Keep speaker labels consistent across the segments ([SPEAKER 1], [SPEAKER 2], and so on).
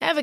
[SPEAKER 1] Ever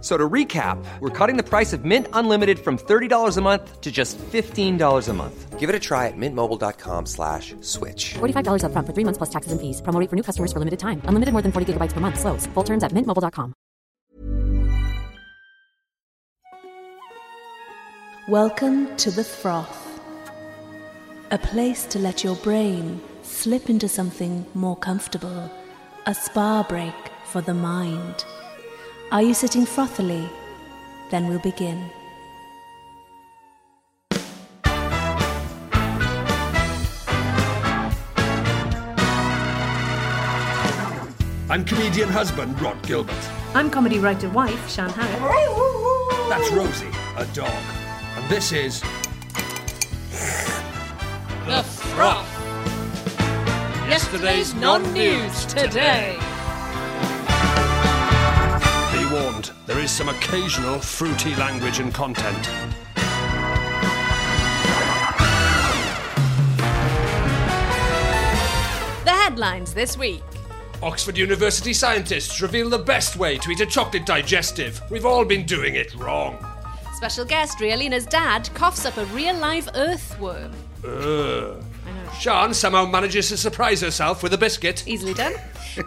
[SPEAKER 2] So to recap, we're cutting the price of Mint Unlimited from $30 a month to just $15 a month. Give it a try at mintmobile.com slash switch.
[SPEAKER 3] $45 upfront for three months plus taxes and fees. Promo rate for new customers for limited time. Unlimited more than 40 gigabytes per month. Slows. Full terms at mintmobile.com.
[SPEAKER 4] Welcome to the froth. A place to let your brain slip into something more comfortable. A spa break for the mind. Are you sitting frothily? Then we'll begin.
[SPEAKER 5] I'm comedian husband Rod Gilbert.
[SPEAKER 6] I'm comedy writer wife Shan Harris.
[SPEAKER 5] That's Rosie, a dog. And this is.
[SPEAKER 7] The Froth. Yesterday's non-news today.
[SPEAKER 5] Be warned, there is some occasional fruity language and content.
[SPEAKER 7] The headlines this week.
[SPEAKER 5] Oxford University scientists reveal the best way to eat a chocolate digestive. We've all been doing it wrong.
[SPEAKER 7] Special guest Rialina's dad coughs up a real live earthworm.
[SPEAKER 5] Ugh. Shan somehow manages to surprise herself with a biscuit.
[SPEAKER 7] Easily done.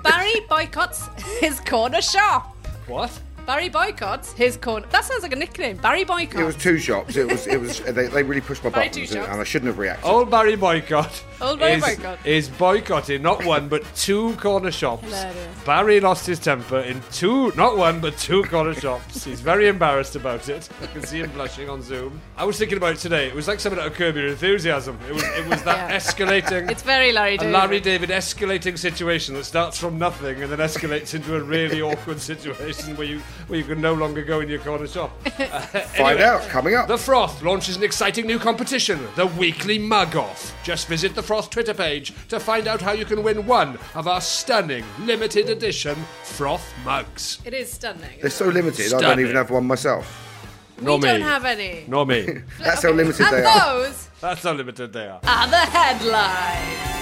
[SPEAKER 7] Barry boycotts his corner shop.
[SPEAKER 5] What?
[SPEAKER 7] Barry boycotts his corner. That sounds like a nickname. Barry boycott.
[SPEAKER 8] It was two shops. It was. It was. They, they really pushed my
[SPEAKER 7] By two
[SPEAKER 8] buttons, and,
[SPEAKER 7] shops.
[SPEAKER 8] and I shouldn't have reacted.
[SPEAKER 5] Oh,
[SPEAKER 9] Old Barry Boycott.
[SPEAKER 7] Old Barry
[SPEAKER 9] is,
[SPEAKER 7] Boycott.
[SPEAKER 9] is boycotting not one but two corner shops.
[SPEAKER 7] Hilarious.
[SPEAKER 9] Barry lost his temper in two, not one but two corner shops. He's very embarrassed about it. I can see him blushing on Zoom. I was thinking about it today. It was like something out of Curb Your Enthusiasm. It was, it was that
[SPEAKER 7] Yeah.
[SPEAKER 9] escalating.
[SPEAKER 7] It's very Larry
[SPEAKER 9] a
[SPEAKER 7] David.
[SPEAKER 9] Larry David escalating situation that starts from nothing and then escalates into a really awkward situation where you where you can no longer go in your corner shop.
[SPEAKER 8] Find out coming up.
[SPEAKER 5] The Froth launches an exciting new competition, the Weekly Mug Off. Just visit the Froth Twitter page to find out how you can win one of our stunning limited edition Froth mugs.
[SPEAKER 7] It is stunning.
[SPEAKER 8] They're so limited. I don't
[SPEAKER 5] Stunning.
[SPEAKER 8] even have one myself.
[SPEAKER 9] Not
[SPEAKER 7] we don't
[SPEAKER 9] me.
[SPEAKER 7] have any.
[SPEAKER 9] Not me.
[SPEAKER 8] That's how limited
[SPEAKER 7] and
[SPEAKER 8] they are.
[SPEAKER 7] those
[SPEAKER 9] That's how limited they are.
[SPEAKER 5] Uh,
[SPEAKER 7] are the headlines.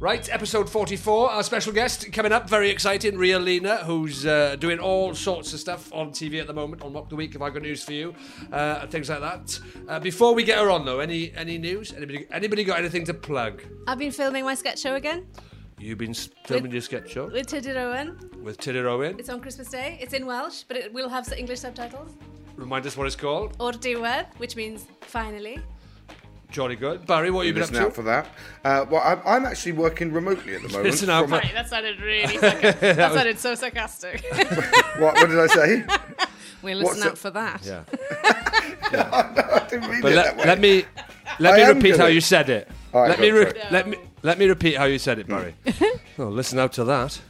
[SPEAKER 5] Right, episode 44. Our special guest coming up, very exciting, Rialina, who's uh, doing all sorts of stuff on TV at the moment, on Mock the Week, if I got news for you, uh, and things like that. Uh, before we get her on, though, any any news? Anybody anybody got anything to plug?
[SPEAKER 7] I've been filming my sketch show again
[SPEAKER 5] You've been s- filming your sketch show
[SPEAKER 7] with Tidid Owen.
[SPEAKER 5] with Tilly Rowan.
[SPEAKER 7] It's on Christmas Day. It's in Welsh, but it will have s- English subtitles.
[SPEAKER 5] Remind us what it's called.
[SPEAKER 7] Or diwedd, which means finally.
[SPEAKER 5] Jolly good. Barry, what have you been up
[SPEAKER 8] Listen
[SPEAKER 5] to?
[SPEAKER 8] out for that. Uh, well, I'm, I'm actually working remotely at the moment.
[SPEAKER 5] Listen out
[SPEAKER 8] from
[SPEAKER 5] for-
[SPEAKER 8] a-
[SPEAKER 7] that sounded really. sarcastic. that sounded so sarcastic.
[SPEAKER 8] what, what did I say?
[SPEAKER 7] we listen
[SPEAKER 8] What's
[SPEAKER 7] out
[SPEAKER 8] it-
[SPEAKER 7] for that.
[SPEAKER 9] Yeah.
[SPEAKER 8] I didn't mean
[SPEAKER 9] But
[SPEAKER 8] it
[SPEAKER 9] let,
[SPEAKER 8] that way.
[SPEAKER 9] let me let
[SPEAKER 8] I
[SPEAKER 9] me
[SPEAKER 8] am
[SPEAKER 9] repeat
[SPEAKER 8] good
[SPEAKER 9] how
[SPEAKER 8] at-
[SPEAKER 9] you said it.
[SPEAKER 8] All right,
[SPEAKER 9] let me
[SPEAKER 8] go
[SPEAKER 9] re-
[SPEAKER 8] for it.
[SPEAKER 9] let me let me repeat how you said it, Barry. oh, listen out to that.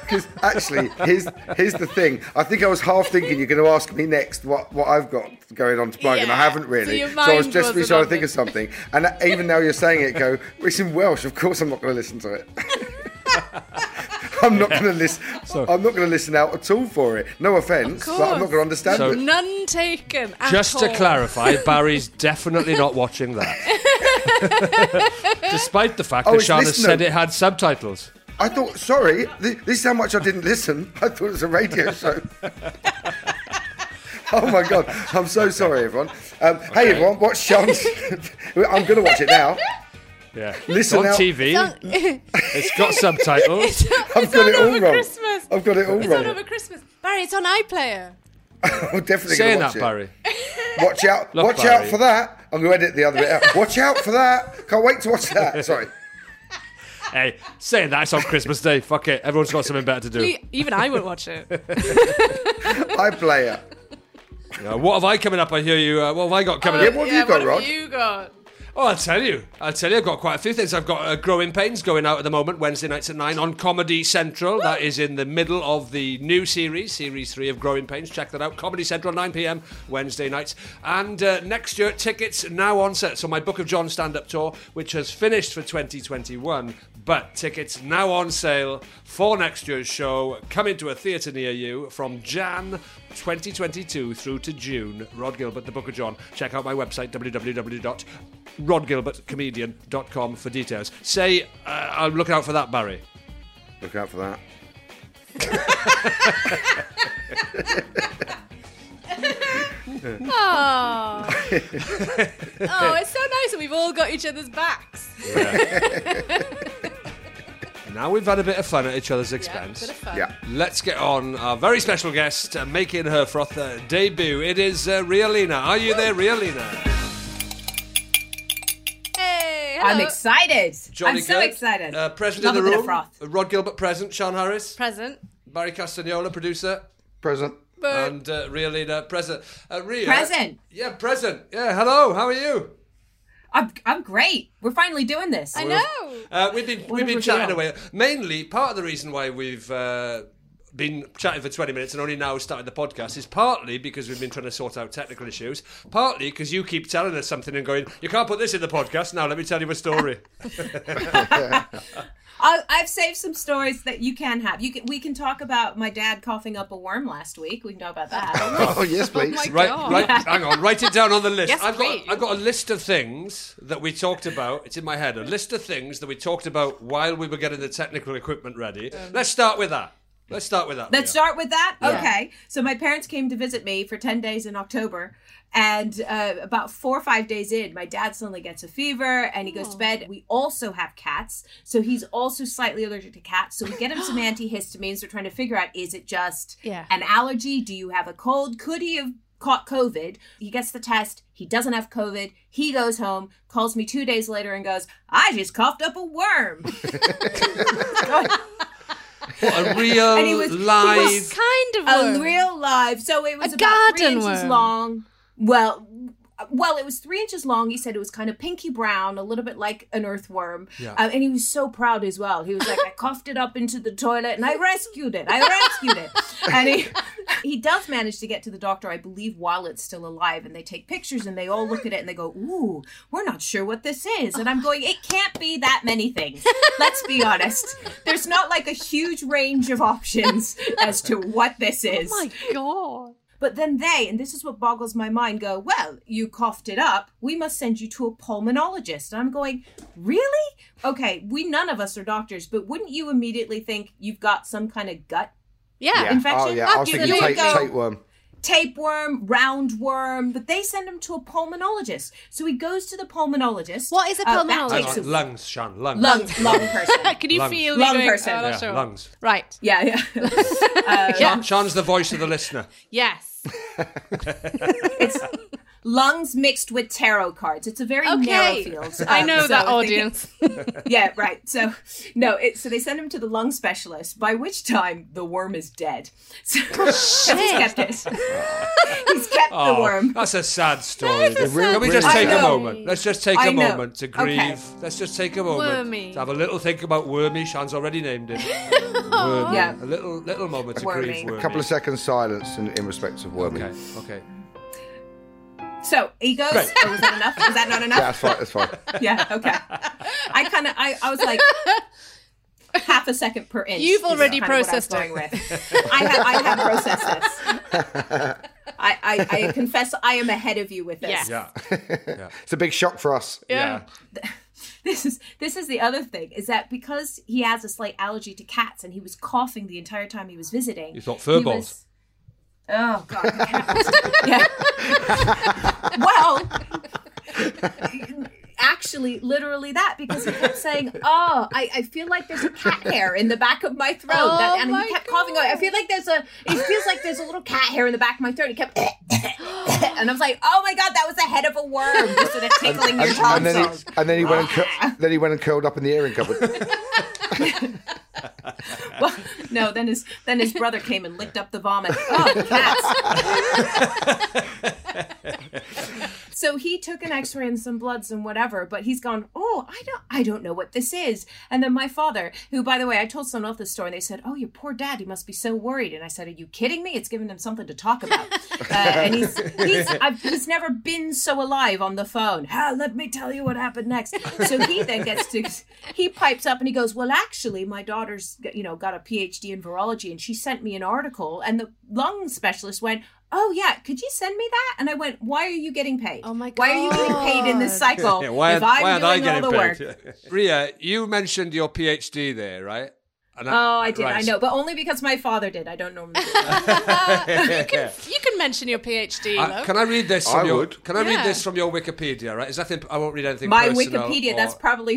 [SPEAKER 8] Because actually, here's here's the thing. I think I was half thinking you're going to ask me next what, what I've got going on to plug, and I
[SPEAKER 7] Yeah,
[SPEAKER 8] haven't
[SPEAKER 7] so
[SPEAKER 8] really.
[SPEAKER 7] your
[SPEAKER 8] I was
[SPEAKER 7] mind
[SPEAKER 8] desperately
[SPEAKER 7] wasn't
[SPEAKER 8] trying
[SPEAKER 7] on
[SPEAKER 8] to think
[SPEAKER 7] it.
[SPEAKER 8] of something. And even now you're saying it, go. It's in Welsh. Of course, I'm not going to listen to it. I'm not going to listen. I'm not going to listen out at all for it. No offence, but I'm not going to understand
[SPEAKER 9] So-
[SPEAKER 8] it.
[SPEAKER 7] None taken. At
[SPEAKER 9] Just to
[SPEAKER 7] all.
[SPEAKER 9] clarify, Barry's definitely not watching that. Despite the fact
[SPEAKER 8] Oh,
[SPEAKER 9] that
[SPEAKER 8] it's
[SPEAKER 9] Shana
[SPEAKER 8] listener.
[SPEAKER 9] said it had subtitles.
[SPEAKER 8] I thought, sorry, th- this is how much I didn't listen. I thought it was a radio show. oh my god, I'm so sorry, everyone. Um, Hey, everyone, watch Sean's. I'm going to watch it now.
[SPEAKER 9] Yeah.
[SPEAKER 8] Listen
[SPEAKER 9] it's on
[SPEAKER 8] out.
[SPEAKER 9] TV. it's got subtitles.
[SPEAKER 8] I've got it
[SPEAKER 7] on
[SPEAKER 8] all
[SPEAKER 7] over
[SPEAKER 8] wrong.
[SPEAKER 7] Christmas.
[SPEAKER 8] I've got it all
[SPEAKER 7] It's
[SPEAKER 8] wrong.
[SPEAKER 7] on over Christmas. Barry, it's on iPlayer.
[SPEAKER 8] I'm definitely
[SPEAKER 9] Saying
[SPEAKER 8] going to
[SPEAKER 9] that,
[SPEAKER 8] watch
[SPEAKER 9] Barry.
[SPEAKER 8] it. Watch out!
[SPEAKER 9] Look,
[SPEAKER 8] watch out
[SPEAKER 9] Barry.
[SPEAKER 8] for that. I'm going to edit the other bit out. Watch out for that. Can't wait to watch that. Sorry.
[SPEAKER 9] Hey, saying that it's on Christmas Day. Fuck it. Everyone's got something better to do.
[SPEAKER 7] Even I would watch it.
[SPEAKER 8] I play it.
[SPEAKER 9] Yeah, what have I coming up? I hear you. Uh, what have I got coming
[SPEAKER 8] Yeah,
[SPEAKER 9] up?
[SPEAKER 8] what have you got, Rod?
[SPEAKER 7] you got?
[SPEAKER 9] Oh, I'll tell you. I'll tell you. I've got quite a few things. I've got uh, Growing Pains going out at the moment, Wednesday nights at 9 on Comedy Central. That is in the middle of the new series, Series 3 of Growing Pains. Check that out. Comedy Central, 9 pm, Wednesday nights. And uh, next year, tickets now on set. So, my Book of John stand up tour, which has finished for 2021, but tickets now on sale for next year's show, coming to a theatre near you from Jan 2022 through to June. Rod Gilbert, The Book of John. Check out my website, www.rodgilbertcomedian.com for details. Say, uh, I'm looking out for that, Barry.
[SPEAKER 8] Look out for that.
[SPEAKER 7] Oh. oh, it's so nice that we've all got each other's backs.
[SPEAKER 9] Now we've had a bit of fun at each other's
[SPEAKER 7] Yeah, bit
[SPEAKER 9] expense.
[SPEAKER 7] of fun.
[SPEAKER 8] Yeah.
[SPEAKER 9] Let's get on our very special guest uh, making her froth uh, debut. It is uh, Rialina. Are you there, Rialina?
[SPEAKER 7] Hey,
[SPEAKER 10] I'm
[SPEAKER 7] hello.
[SPEAKER 10] excited.
[SPEAKER 9] Johnny
[SPEAKER 10] I'm so
[SPEAKER 9] Kirk,
[SPEAKER 10] excited.
[SPEAKER 9] Uh, present
[SPEAKER 10] Love
[SPEAKER 9] in the
[SPEAKER 10] a bit
[SPEAKER 9] room.
[SPEAKER 10] of froth.
[SPEAKER 9] Rod Gilbert present. Sean Harris.
[SPEAKER 7] Present.
[SPEAKER 9] Barry Castagnola, producer.
[SPEAKER 8] Present.
[SPEAKER 7] But
[SPEAKER 9] And uh, Ria Lina, present. Uh, Ria,
[SPEAKER 10] Present.
[SPEAKER 9] Yeah, present. Yeah, hello. How are you?
[SPEAKER 10] I'm, I'm great. We're finally doing this.
[SPEAKER 7] I know.
[SPEAKER 9] Uh, we've been we've been
[SPEAKER 10] a reveal.
[SPEAKER 9] chatting away. Mainly, part of the reason why we've uh, been chatting for twenty minutes and only now started the podcast is partly because we've been trying to sort out technical issues. Partly because you keep telling us something and going, you can't put this in the podcast. Now let me tell you a story.
[SPEAKER 10] I, I've saved some stories that you can have. You can, we can talk about my dad coughing up a worm last week. We can talk about that.
[SPEAKER 8] Oh yes, please.
[SPEAKER 7] my
[SPEAKER 9] Right,
[SPEAKER 7] God.
[SPEAKER 9] right. Hang on. Write it down on the list.
[SPEAKER 7] Yes,
[SPEAKER 9] I've
[SPEAKER 7] please.
[SPEAKER 9] got, I've got a list of things that we talked about. It's in my head. A list of things that we talked about while we were getting the technical equipment ready. Let's start with that. Let's start with that.
[SPEAKER 10] Um, Let's
[SPEAKER 9] Leah.
[SPEAKER 10] start with that. Okay. So my parents came to visit me for 10 days in October. And uh, about four or five days in, my dad suddenly gets a fever and he
[SPEAKER 7] Oh.
[SPEAKER 10] goes to bed. We also have cats. So he's also slightly allergic to cats. So we get him some antihistamines. We're trying to figure out is it just
[SPEAKER 7] Yeah.
[SPEAKER 10] an allergy? Do you have a cold? Could he have caught COVID? He gets the test. He doesn't have COVID. He goes home, calls me two days later and goes, I just coughed up a worm.
[SPEAKER 9] What, a real
[SPEAKER 10] And he was- he was
[SPEAKER 9] live.
[SPEAKER 10] I've-
[SPEAKER 7] kind of
[SPEAKER 10] a
[SPEAKER 7] worm.
[SPEAKER 10] real live. So it was
[SPEAKER 7] A
[SPEAKER 10] about three
[SPEAKER 7] garden
[SPEAKER 10] inches
[SPEAKER 7] worm.
[SPEAKER 10] long. Well, well, it was three inches long. He said it was kind of pinky brown, a little bit like an earthworm. Uh, and he was so proud as well. He was like, I coughed it up into the toilet and I rescued it. I rescued it. And he he does manage to get to the doctor, I believe, while it's still alive. And they take pictures and they all look at it and they go, Ooh, we're not sure what this is. And I'm going, It can't be that many things. Let's be honest. There's not like a huge range of options as to what this is.
[SPEAKER 7] my God.
[SPEAKER 10] But then they, and this is what boggles my mind, go, Well, you coughed it up. We must send you to a pulmonologist. And I'm going, Really? Okay, we none of us are doctors, but wouldn't you immediately think you've got some kind of gut
[SPEAKER 7] Yeah.
[SPEAKER 8] Yeah.
[SPEAKER 10] infection?
[SPEAKER 8] Oh yeah. I was thinking
[SPEAKER 10] Absolutely.
[SPEAKER 8] tape,
[SPEAKER 10] You go-
[SPEAKER 8] tapeworm.
[SPEAKER 10] tapeworm, roundworm, but they send him to a pulmonologist. So he goes to the pulmonologist.
[SPEAKER 7] What is a
[SPEAKER 10] Uh, that
[SPEAKER 7] pulmonologist?
[SPEAKER 9] Hang
[SPEAKER 10] takes
[SPEAKER 9] on.
[SPEAKER 10] a-
[SPEAKER 9] Lungs, Sean. Lungs.
[SPEAKER 10] lung, lung person.
[SPEAKER 7] Can you
[SPEAKER 9] Lungs.
[SPEAKER 7] feel me
[SPEAKER 10] Lung
[SPEAKER 7] going,
[SPEAKER 10] person.
[SPEAKER 7] "Oh,
[SPEAKER 9] Yeah,
[SPEAKER 7] sure."
[SPEAKER 9] lungs.
[SPEAKER 7] Right.
[SPEAKER 10] Yeah, yeah. Uh,
[SPEAKER 9] Sean, Sean's the voice of the listener.
[SPEAKER 7] Yes.
[SPEAKER 10] Lungs mixed with tarot cards. It's a very narrow
[SPEAKER 7] Okay.
[SPEAKER 10] field.
[SPEAKER 7] I
[SPEAKER 10] Um,
[SPEAKER 7] know
[SPEAKER 10] so
[SPEAKER 7] that
[SPEAKER 10] I think it-
[SPEAKER 7] audience.
[SPEAKER 10] yeah, right. So no, it, so they send him to the lung specialist. By which time the worm is dead. So
[SPEAKER 7] Oh,
[SPEAKER 10] he's kept it. he's kept
[SPEAKER 9] Oh,
[SPEAKER 10] the worm.
[SPEAKER 9] That's a sad story.
[SPEAKER 7] That is a
[SPEAKER 8] sad
[SPEAKER 9] Can we just
[SPEAKER 10] story.
[SPEAKER 9] take a
[SPEAKER 10] I know.
[SPEAKER 9] moment? Let's just take
[SPEAKER 10] I
[SPEAKER 9] a
[SPEAKER 10] know.
[SPEAKER 9] moment to grieve.
[SPEAKER 10] Okay.
[SPEAKER 9] Let's just take a moment
[SPEAKER 7] Wormy.
[SPEAKER 9] to have a little think about Wormy. Sean's already named him. Wormy.
[SPEAKER 10] Yeah.
[SPEAKER 9] A little little moment to
[SPEAKER 10] Wormy.
[SPEAKER 9] grieve. Wormy.
[SPEAKER 8] A couple of seconds silence in, in respect of worming.
[SPEAKER 9] Okay. Okay.
[SPEAKER 10] So he goes.
[SPEAKER 9] Great.
[SPEAKER 10] Oh, is that enough? Is that not enough?
[SPEAKER 8] Yeah, that's fine. That's fine.
[SPEAKER 10] yeah okay i kind of I, I was like half a second per inch
[SPEAKER 7] You've
[SPEAKER 10] is
[SPEAKER 7] already
[SPEAKER 10] kinda what I was
[SPEAKER 7] processed
[SPEAKER 10] going
[SPEAKER 7] it.
[SPEAKER 10] with. I, have, I have processed this I, I, I confess i am ahead of you with this
[SPEAKER 7] Yes.
[SPEAKER 9] Yeah.
[SPEAKER 8] It's a big shock for us.
[SPEAKER 9] Yeah.
[SPEAKER 10] this is this is the other thing is that because he has a slight allergy to cats and he was coughing the entire time he was visiting
[SPEAKER 9] You thought fur
[SPEAKER 10] he
[SPEAKER 9] balls.
[SPEAKER 10] was- oh god the cat. yeah. well actually literally that because he kept saying, "Oh, I, I feel like there's a cat hair in the back of my throat," that,
[SPEAKER 7] Oh
[SPEAKER 10] and
[SPEAKER 7] my
[SPEAKER 10] he kept coughing. Going, I feel like there's a. It feels like there's a little cat hair in the back of my throat. He kept, and I was like, "Oh my god, that was the head of a worm just sort of tickling your
[SPEAKER 8] And, and then
[SPEAKER 10] tonsils."
[SPEAKER 8] he, and then he went and cu- then he went and curled up in the airing cupboard.
[SPEAKER 10] Well, no, then his then his brother came and licked up the vomit. Oh, cats. so he took an X-ray and some bloods and whatever, but he's gone. Oh, I don't, I don't know what this is. And then my father, who by the way, I told someone else this story, and they said, "Oh, your poor dad, he must be so worried." And I said, "Are you kidding me? It's giving him something to talk about." uh, and he's he's, I've, he's never been so alive on the phone. Ah, let me tell you what happened next. So he then gets to he pipes up and he goes, "Well, actually, my daughter's you know got a PhD in virology, and she sent me an article, and the lung specialist went." Oh yeah, could you send me that? And I went, Why are you getting paid?
[SPEAKER 1] Oh, my
[SPEAKER 10] Why are you getting paid in this cycle?
[SPEAKER 9] Yeah, why,
[SPEAKER 10] if
[SPEAKER 9] why
[SPEAKER 10] I'm
[SPEAKER 9] aren't I
[SPEAKER 10] doing
[SPEAKER 9] getting
[SPEAKER 10] all the
[SPEAKER 9] paid?
[SPEAKER 10] work?
[SPEAKER 9] Ria, you mentioned your PhD there, right? And
[SPEAKER 10] Oh, I did.
[SPEAKER 9] right.
[SPEAKER 10] I know, but only because my father did. I don't normally. do that.
[SPEAKER 7] you can you can mention your PhD,
[SPEAKER 9] Uh,
[SPEAKER 7] love.
[SPEAKER 9] can I read this? From
[SPEAKER 8] I
[SPEAKER 9] your,
[SPEAKER 8] would.
[SPEAKER 9] Can I
[SPEAKER 7] Yeah.
[SPEAKER 9] read this from your Wikipedia? Right? Is nothing. I won't read anything.
[SPEAKER 10] my
[SPEAKER 9] personal
[SPEAKER 10] Wikipedia,
[SPEAKER 9] or-
[SPEAKER 10] that's probably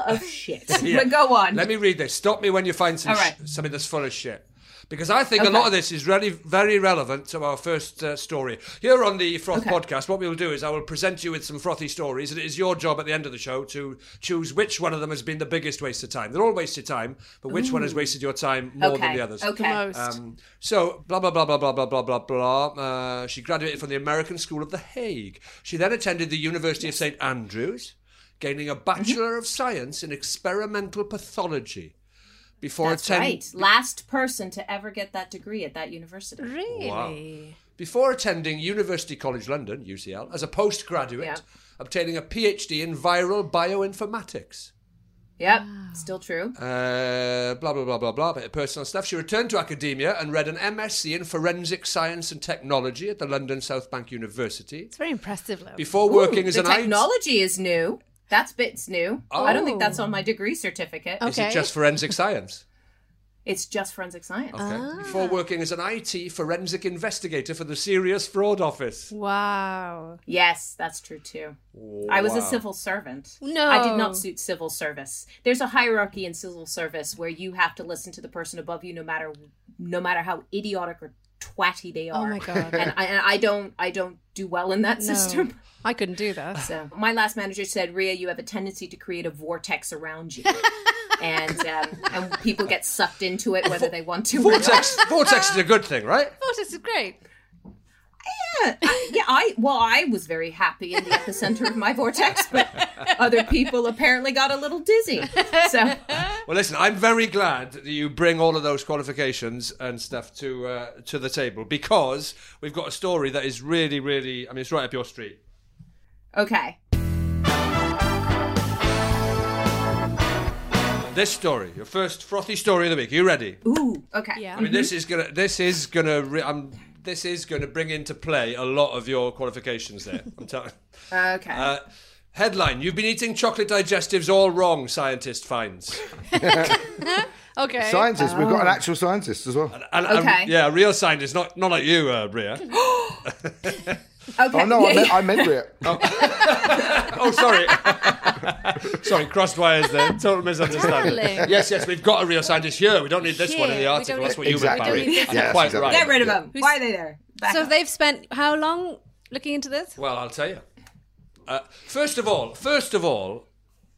[SPEAKER 10] of shit.
[SPEAKER 9] Oh. Yeah.
[SPEAKER 10] But go on.
[SPEAKER 9] Let me read this. Stop me when you find some
[SPEAKER 10] All right.
[SPEAKER 9] sh- something that's full of shit. Because I think a lot of this is really very relevant to our first uh, story. Here on the Froth podcast, what we will do is I will present you with some frothy stories, and it is your job at the end of the show to choose which one of them has been the biggest waste of time. They're all wasted time, but which one has wasted your time more
[SPEAKER 10] okay.
[SPEAKER 9] than the others?
[SPEAKER 10] Okay.
[SPEAKER 7] Most.
[SPEAKER 9] Um, so, blah, blah, blah, blah, blah, blah, blah, blah, blah. Uh, she graduated from the American School of The Hague. She then attended the University of St. Andrews, gaining a Bachelor of Science in Experimental Pathology. Before,
[SPEAKER 10] That's
[SPEAKER 9] atten-
[SPEAKER 10] right. Last person to ever get that degree at that university.
[SPEAKER 7] really?
[SPEAKER 9] before attending University College London, UCL, as a postgraduate,
[SPEAKER 10] Yeah.
[SPEAKER 9] obtaining a PhD in viral bioinformatics.
[SPEAKER 10] Yep. Still true.
[SPEAKER 9] Uh, blah blah blah blah blah. Bit of personal stuff. She returned to academia and read an MSc in forensic science and technology at the London South Bank University
[SPEAKER 7] It's very impressive, love.
[SPEAKER 9] before working
[SPEAKER 10] Ooh,
[SPEAKER 9] as
[SPEAKER 10] the
[SPEAKER 9] an IT.
[SPEAKER 10] technology is new. That's bit's new. I don't think
[SPEAKER 7] Oh.
[SPEAKER 10] that's on my degree certificate.
[SPEAKER 7] Oh.
[SPEAKER 9] Is it
[SPEAKER 7] Okay.
[SPEAKER 9] just forensic science?
[SPEAKER 10] It's just forensic science.
[SPEAKER 9] Okay. Before working as an IT forensic investigator for the Serious Fraud Office.
[SPEAKER 7] Wow.
[SPEAKER 10] Yes, that's true too. I was a
[SPEAKER 9] Wow.
[SPEAKER 10] civil servant.
[SPEAKER 7] No.
[SPEAKER 10] I did not suit civil service. There's a hierarchy in civil service where you have to listen to the person above you, no matter no matter how idiotic or twatty they
[SPEAKER 7] Oh
[SPEAKER 10] are.
[SPEAKER 7] my god.
[SPEAKER 10] and, I, and I don't I don't do well in that
[SPEAKER 7] No,
[SPEAKER 10] system.
[SPEAKER 7] I couldn't do that.
[SPEAKER 10] So my last manager said, Ria, you have a tendency to create a vortex around you. And um, and people get sucked into it whether they want to. or not.
[SPEAKER 9] Vortex. Vortex is a good thing, right?
[SPEAKER 7] Oh, this is great.
[SPEAKER 10] I- yeah, I well, I was very happy in the epicenter of my vortex, but other people apparently got a little dizzy. So
[SPEAKER 9] Well, listen, I'm very glad that you bring all of those qualifications and stuff to uh, to the table because we've got a story that is really, really. I mean, it's right up your street.
[SPEAKER 10] okay,
[SPEAKER 9] This story, your first frothy story of the week. You ready?
[SPEAKER 10] ooh, okay,
[SPEAKER 9] I mean, this is gonna. This is gonna. Re- I'm. This is gonna bring into play a lot of your qualifications there. I'm telling.
[SPEAKER 10] okay.
[SPEAKER 9] Uh, headline: You've been eating chocolate digestives all wrong. Scientist finds.
[SPEAKER 7] Okay.
[SPEAKER 8] Scientists, we've got an actual scientist as well.
[SPEAKER 9] And, and-
[SPEAKER 10] Okay.
[SPEAKER 9] yeah, a real scientist, not not like you, uh, Ria.
[SPEAKER 10] okay,
[SPEAKER 8] Oh no, I
[SPEAKER 10] yeah,
[SPEAKER 8] meant,
[SPEAKER 10] yeah.
[SPEAKER 8] I meant it.
[SPEAKER 9] Oh, sorry. sorry, crossed wires there. Total misunderstanding.
[SPEAKER 7] Darling.
[SPEAKER 9] Yes, yes, we've got a real scientist here. We don't need this one in the
[SPEAKER 7] Here, we
[SPEAKER 9] article.
[SPEAKER 7] don't need-
[SPEAKER 9] That's what you meant,
[SPEAKER 8] Exactly.
[SPEAKER 9] Barry.
[SPEAKER 7] We don't need
[SPEAKER 9] That's
[SPEAKER 8] this.
[SPEAKER 9] quite
[SPEAKER 8] Yes,
[SPEAKER 9] right.
[SPEAKER 8] exactly.
[SPEAKER 10] get rid of them. Why are they there? Back
[SPEAKER 7] So
[SPEAKER 10] up.
[SPEAKER 7] they've spent how long looking into this?
[SPEAKER 9] Well, I'll tell you. Uh, first of all, first of all,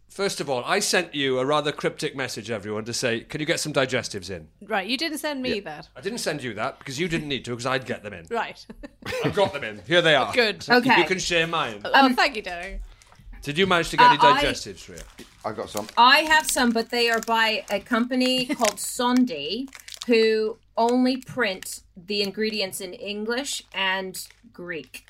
[SPEAKER 9] first of all, I sent you a rather cryptic message, everyone, to say, can you get some digestives in?
[SPEAKER 7] Right, you didn't send me that.
[SPEAKER 9] I didn't send you that because you didn't need to because I'd get them in.
[SPEAKER 7] Right.
[SPEAKER 9] I've got them in. Here they are.
[SPEAKER 7] Good.
[SPEAKER 10] Okay.
[SPEAKER 9] You can share mine.
[SPEAKER 7] Oh, thank you, darling.
[SPEAKER 9] Did you manage to get any
[SPEAKER 10] Uh, I-
[SPEAKER 9] digestives, Ria?
[SPEAKER 8] I got some.
[SPEAKER 10] I have some, but they are by a company called Sondi, who only print the ingredients in English and Greek.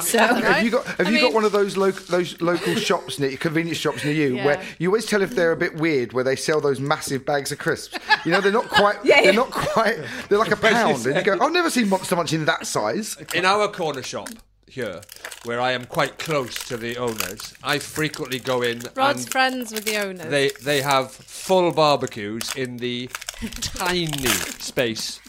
[SPEAKER 10] so
[SPEAKER 8] Have you got Have you got one of those local those local shops near convenience shops near you where you always tell if they're a bit weird where they sell those massive bags of crisps? You know they're not quite.
[SPEAKER 10] Yeah,
[SPEAKER 8] they're
[SPEAKER 10] yeah.
[SPEAKER 8] not quite. They're like a pound, and you go, I've never seen Monster Munch in that size.
[SPEAKER 9] In our corner shop here, where I am quite close to the owners, I frequently go in
[SPEAKER 7] Rod's
[SPEAKER 9] and
[SPEAKER 7] friends with the owners.
[SPEAKER 9] they they have full barbecues in the tiny space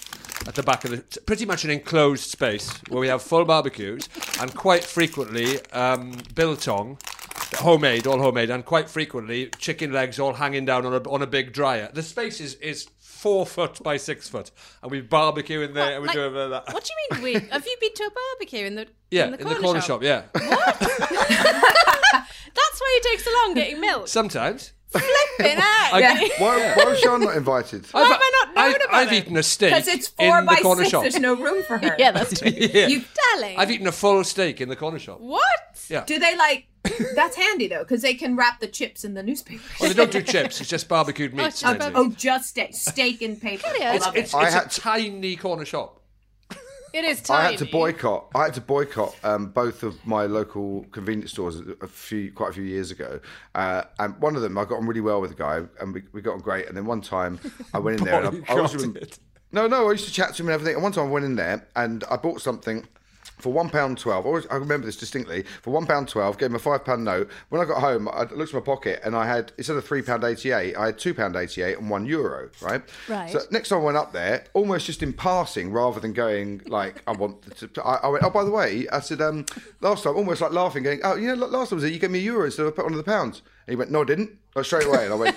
[SPEAKER 9] at the back of the, it's pretty much an enclosed space where we have full barbecues and quite frequently um, biltong, homemade, all homemade, and quite frequently chicken legs all hanging down on a on a big dryer. The space is is four foot by six foot, and we barbecue in there
[SPEAKER 7] What, Uh, like-
[SPEAKER 9] and we do a bit of that.
[SPEAKER 7] What do you mean? We have you been to a barbecue in the
[SPEAKER 9] yeah,
[SPEAKER 7] in the corner,
[SPEAKER 9] shop. Yeah,
[SPEAKER 7] That's why it takes so long getting milk.
[SPEAKER 9] sometimes.
[SPEAKER 7] Flipping out.
[SPEAKER 9] I-
[SPEAKER 7] Yeah.
[SPEAKER 8] Why, why was Sean not invited?
[SPEAKER 9] I've,
[SPEAKER 7] have I not known
[SPEAKER 9] I've-
[SPEAKER 7] about
[SPEAKER 9] I've
[SPEAKER 7] it?
[SPEAKER 9] eaten a steak
[SPEAKER 10] Because it's four
[SPEAKER 9] in
[SPEAKER 10] by
[SPEAKER 9] the corner
[SPEAKER 10] six.
[SPEAKER 9] shop.
[SPEAKER 10] There's no room for her.
[SPEAKER 7] yeah, that's true.
[SPEAKER 9] Yeah.
[SPEAKER 10] You,
[SPEAKER 7] Darling.
[SPEAKER 9] I've eaten a full steak in the corner shop.
[SPEAKER 7] what?
[SPEAKER 9] Yeah.
[SPEAKER 10] do they like? That's handy though, because they can wrap the chips in the newspaper.
[SPEAKER 9] Well, they don't do chips. It's just barbecued meat.
[SPEAKER 7] just
[SPEAKER 9] essentially.
[SPEAKER 10] oh, just steak, steak and paper. I
[SPEAKER 9] it's
[SPEAKER 7] oh.
[SPEAKER 10] love
[SPEAKER 9] it's,
[SPEAKER 8] I
[SPEAKER 9] it's a
[SPEAKER 8] had to-
[SPEAKER 9] tiny corner shop.
[SPEAKER 7] It is tiny.
[SPEAKER 8] I had to boycott. I had to boycott um, both of my local convenience stores a few, quite a few years ago. Uh, and one of them, I got on really well with a guy, and we, we got on great. And then one time, I went in there. And I, I was
[SPEAKER 9] Boycotted.
[SPEAKER 8] no, no, I used to chat to him and everything. And one time, I went in there and I bought something. For one pound twelve, I, always, I remember this distinctly. For one pound twelve, gave him a five pound note. When I got home, I looked in my pocket and I had instead of three pound eighty eight, I had two pound eighty eight and one euro. Right.
[SPEAKER 4] Right.
[SPEAKER 8] So next time I went up there, almost just in passing, rather than going like I want. The t- I, I went. Oh, by the way, I said um, last time, almost like laughing, going, "Oh, you know, la- last time was it? You gave me a euro instead of one of the pounds." And he went, "No, I didn't." Like straight away, and I went,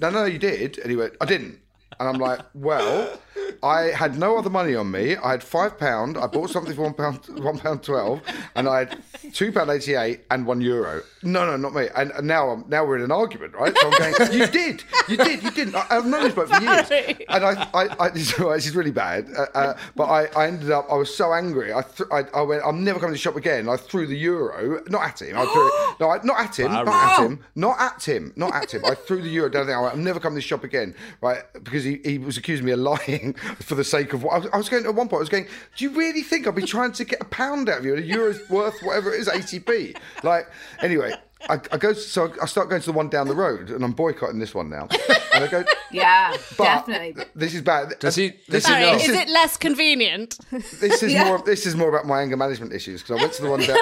[SPEAKER 8] "No, no, you did." And he went, "I didn't." And I'm like, "Well, I had no other money on me. I had five pound. I bought something for one pound, one pound twelve, and I had two pound eighty eight and one euro. No, no, not me. And, and now I'm now we're in an argument, right? So I'm going, "You did, you did, you didn't." I, I've known this bloke for years, and I, I, I this is really bad. Uh, uh, but I, I ended up, I was so angry. I, th- I, I went, "I'm never coming to the shop again." I threw the euro, not at him. I threw it, no, I, not at him, not at him, not at him, not at him. I threw the euro down there. I went, I'm never coming to this shop again, right? Because he, he was accusing me of lying for the sake of what I was, I was going at one point. I was going, do you really think I'll be trying to get a pound out of you? And a euro's worth whatever it is, ATP. Like anyway, I, I go so I start going to the one down the road, and I'm boycotting this one now. And I go,
[SPEAKER 10] Yeah,
[SPEAKER 8] but
[SPEAKER 10] definitely.
[SPEAKER 8] This is bad.
[SPEAKER 9] Does he-
[SPEAKER 8] This
[SPEAKER 9] does he
[SPEAKER 8] is,
[SPEAKER 9] know?
[SPEAKER 7] Sorry, is
[SPEAKER 8] This is,
[SPEAKER 7] it less convenient?
[SPEAKER 8] this is more. This is more about my anger management issues because I went to the one down.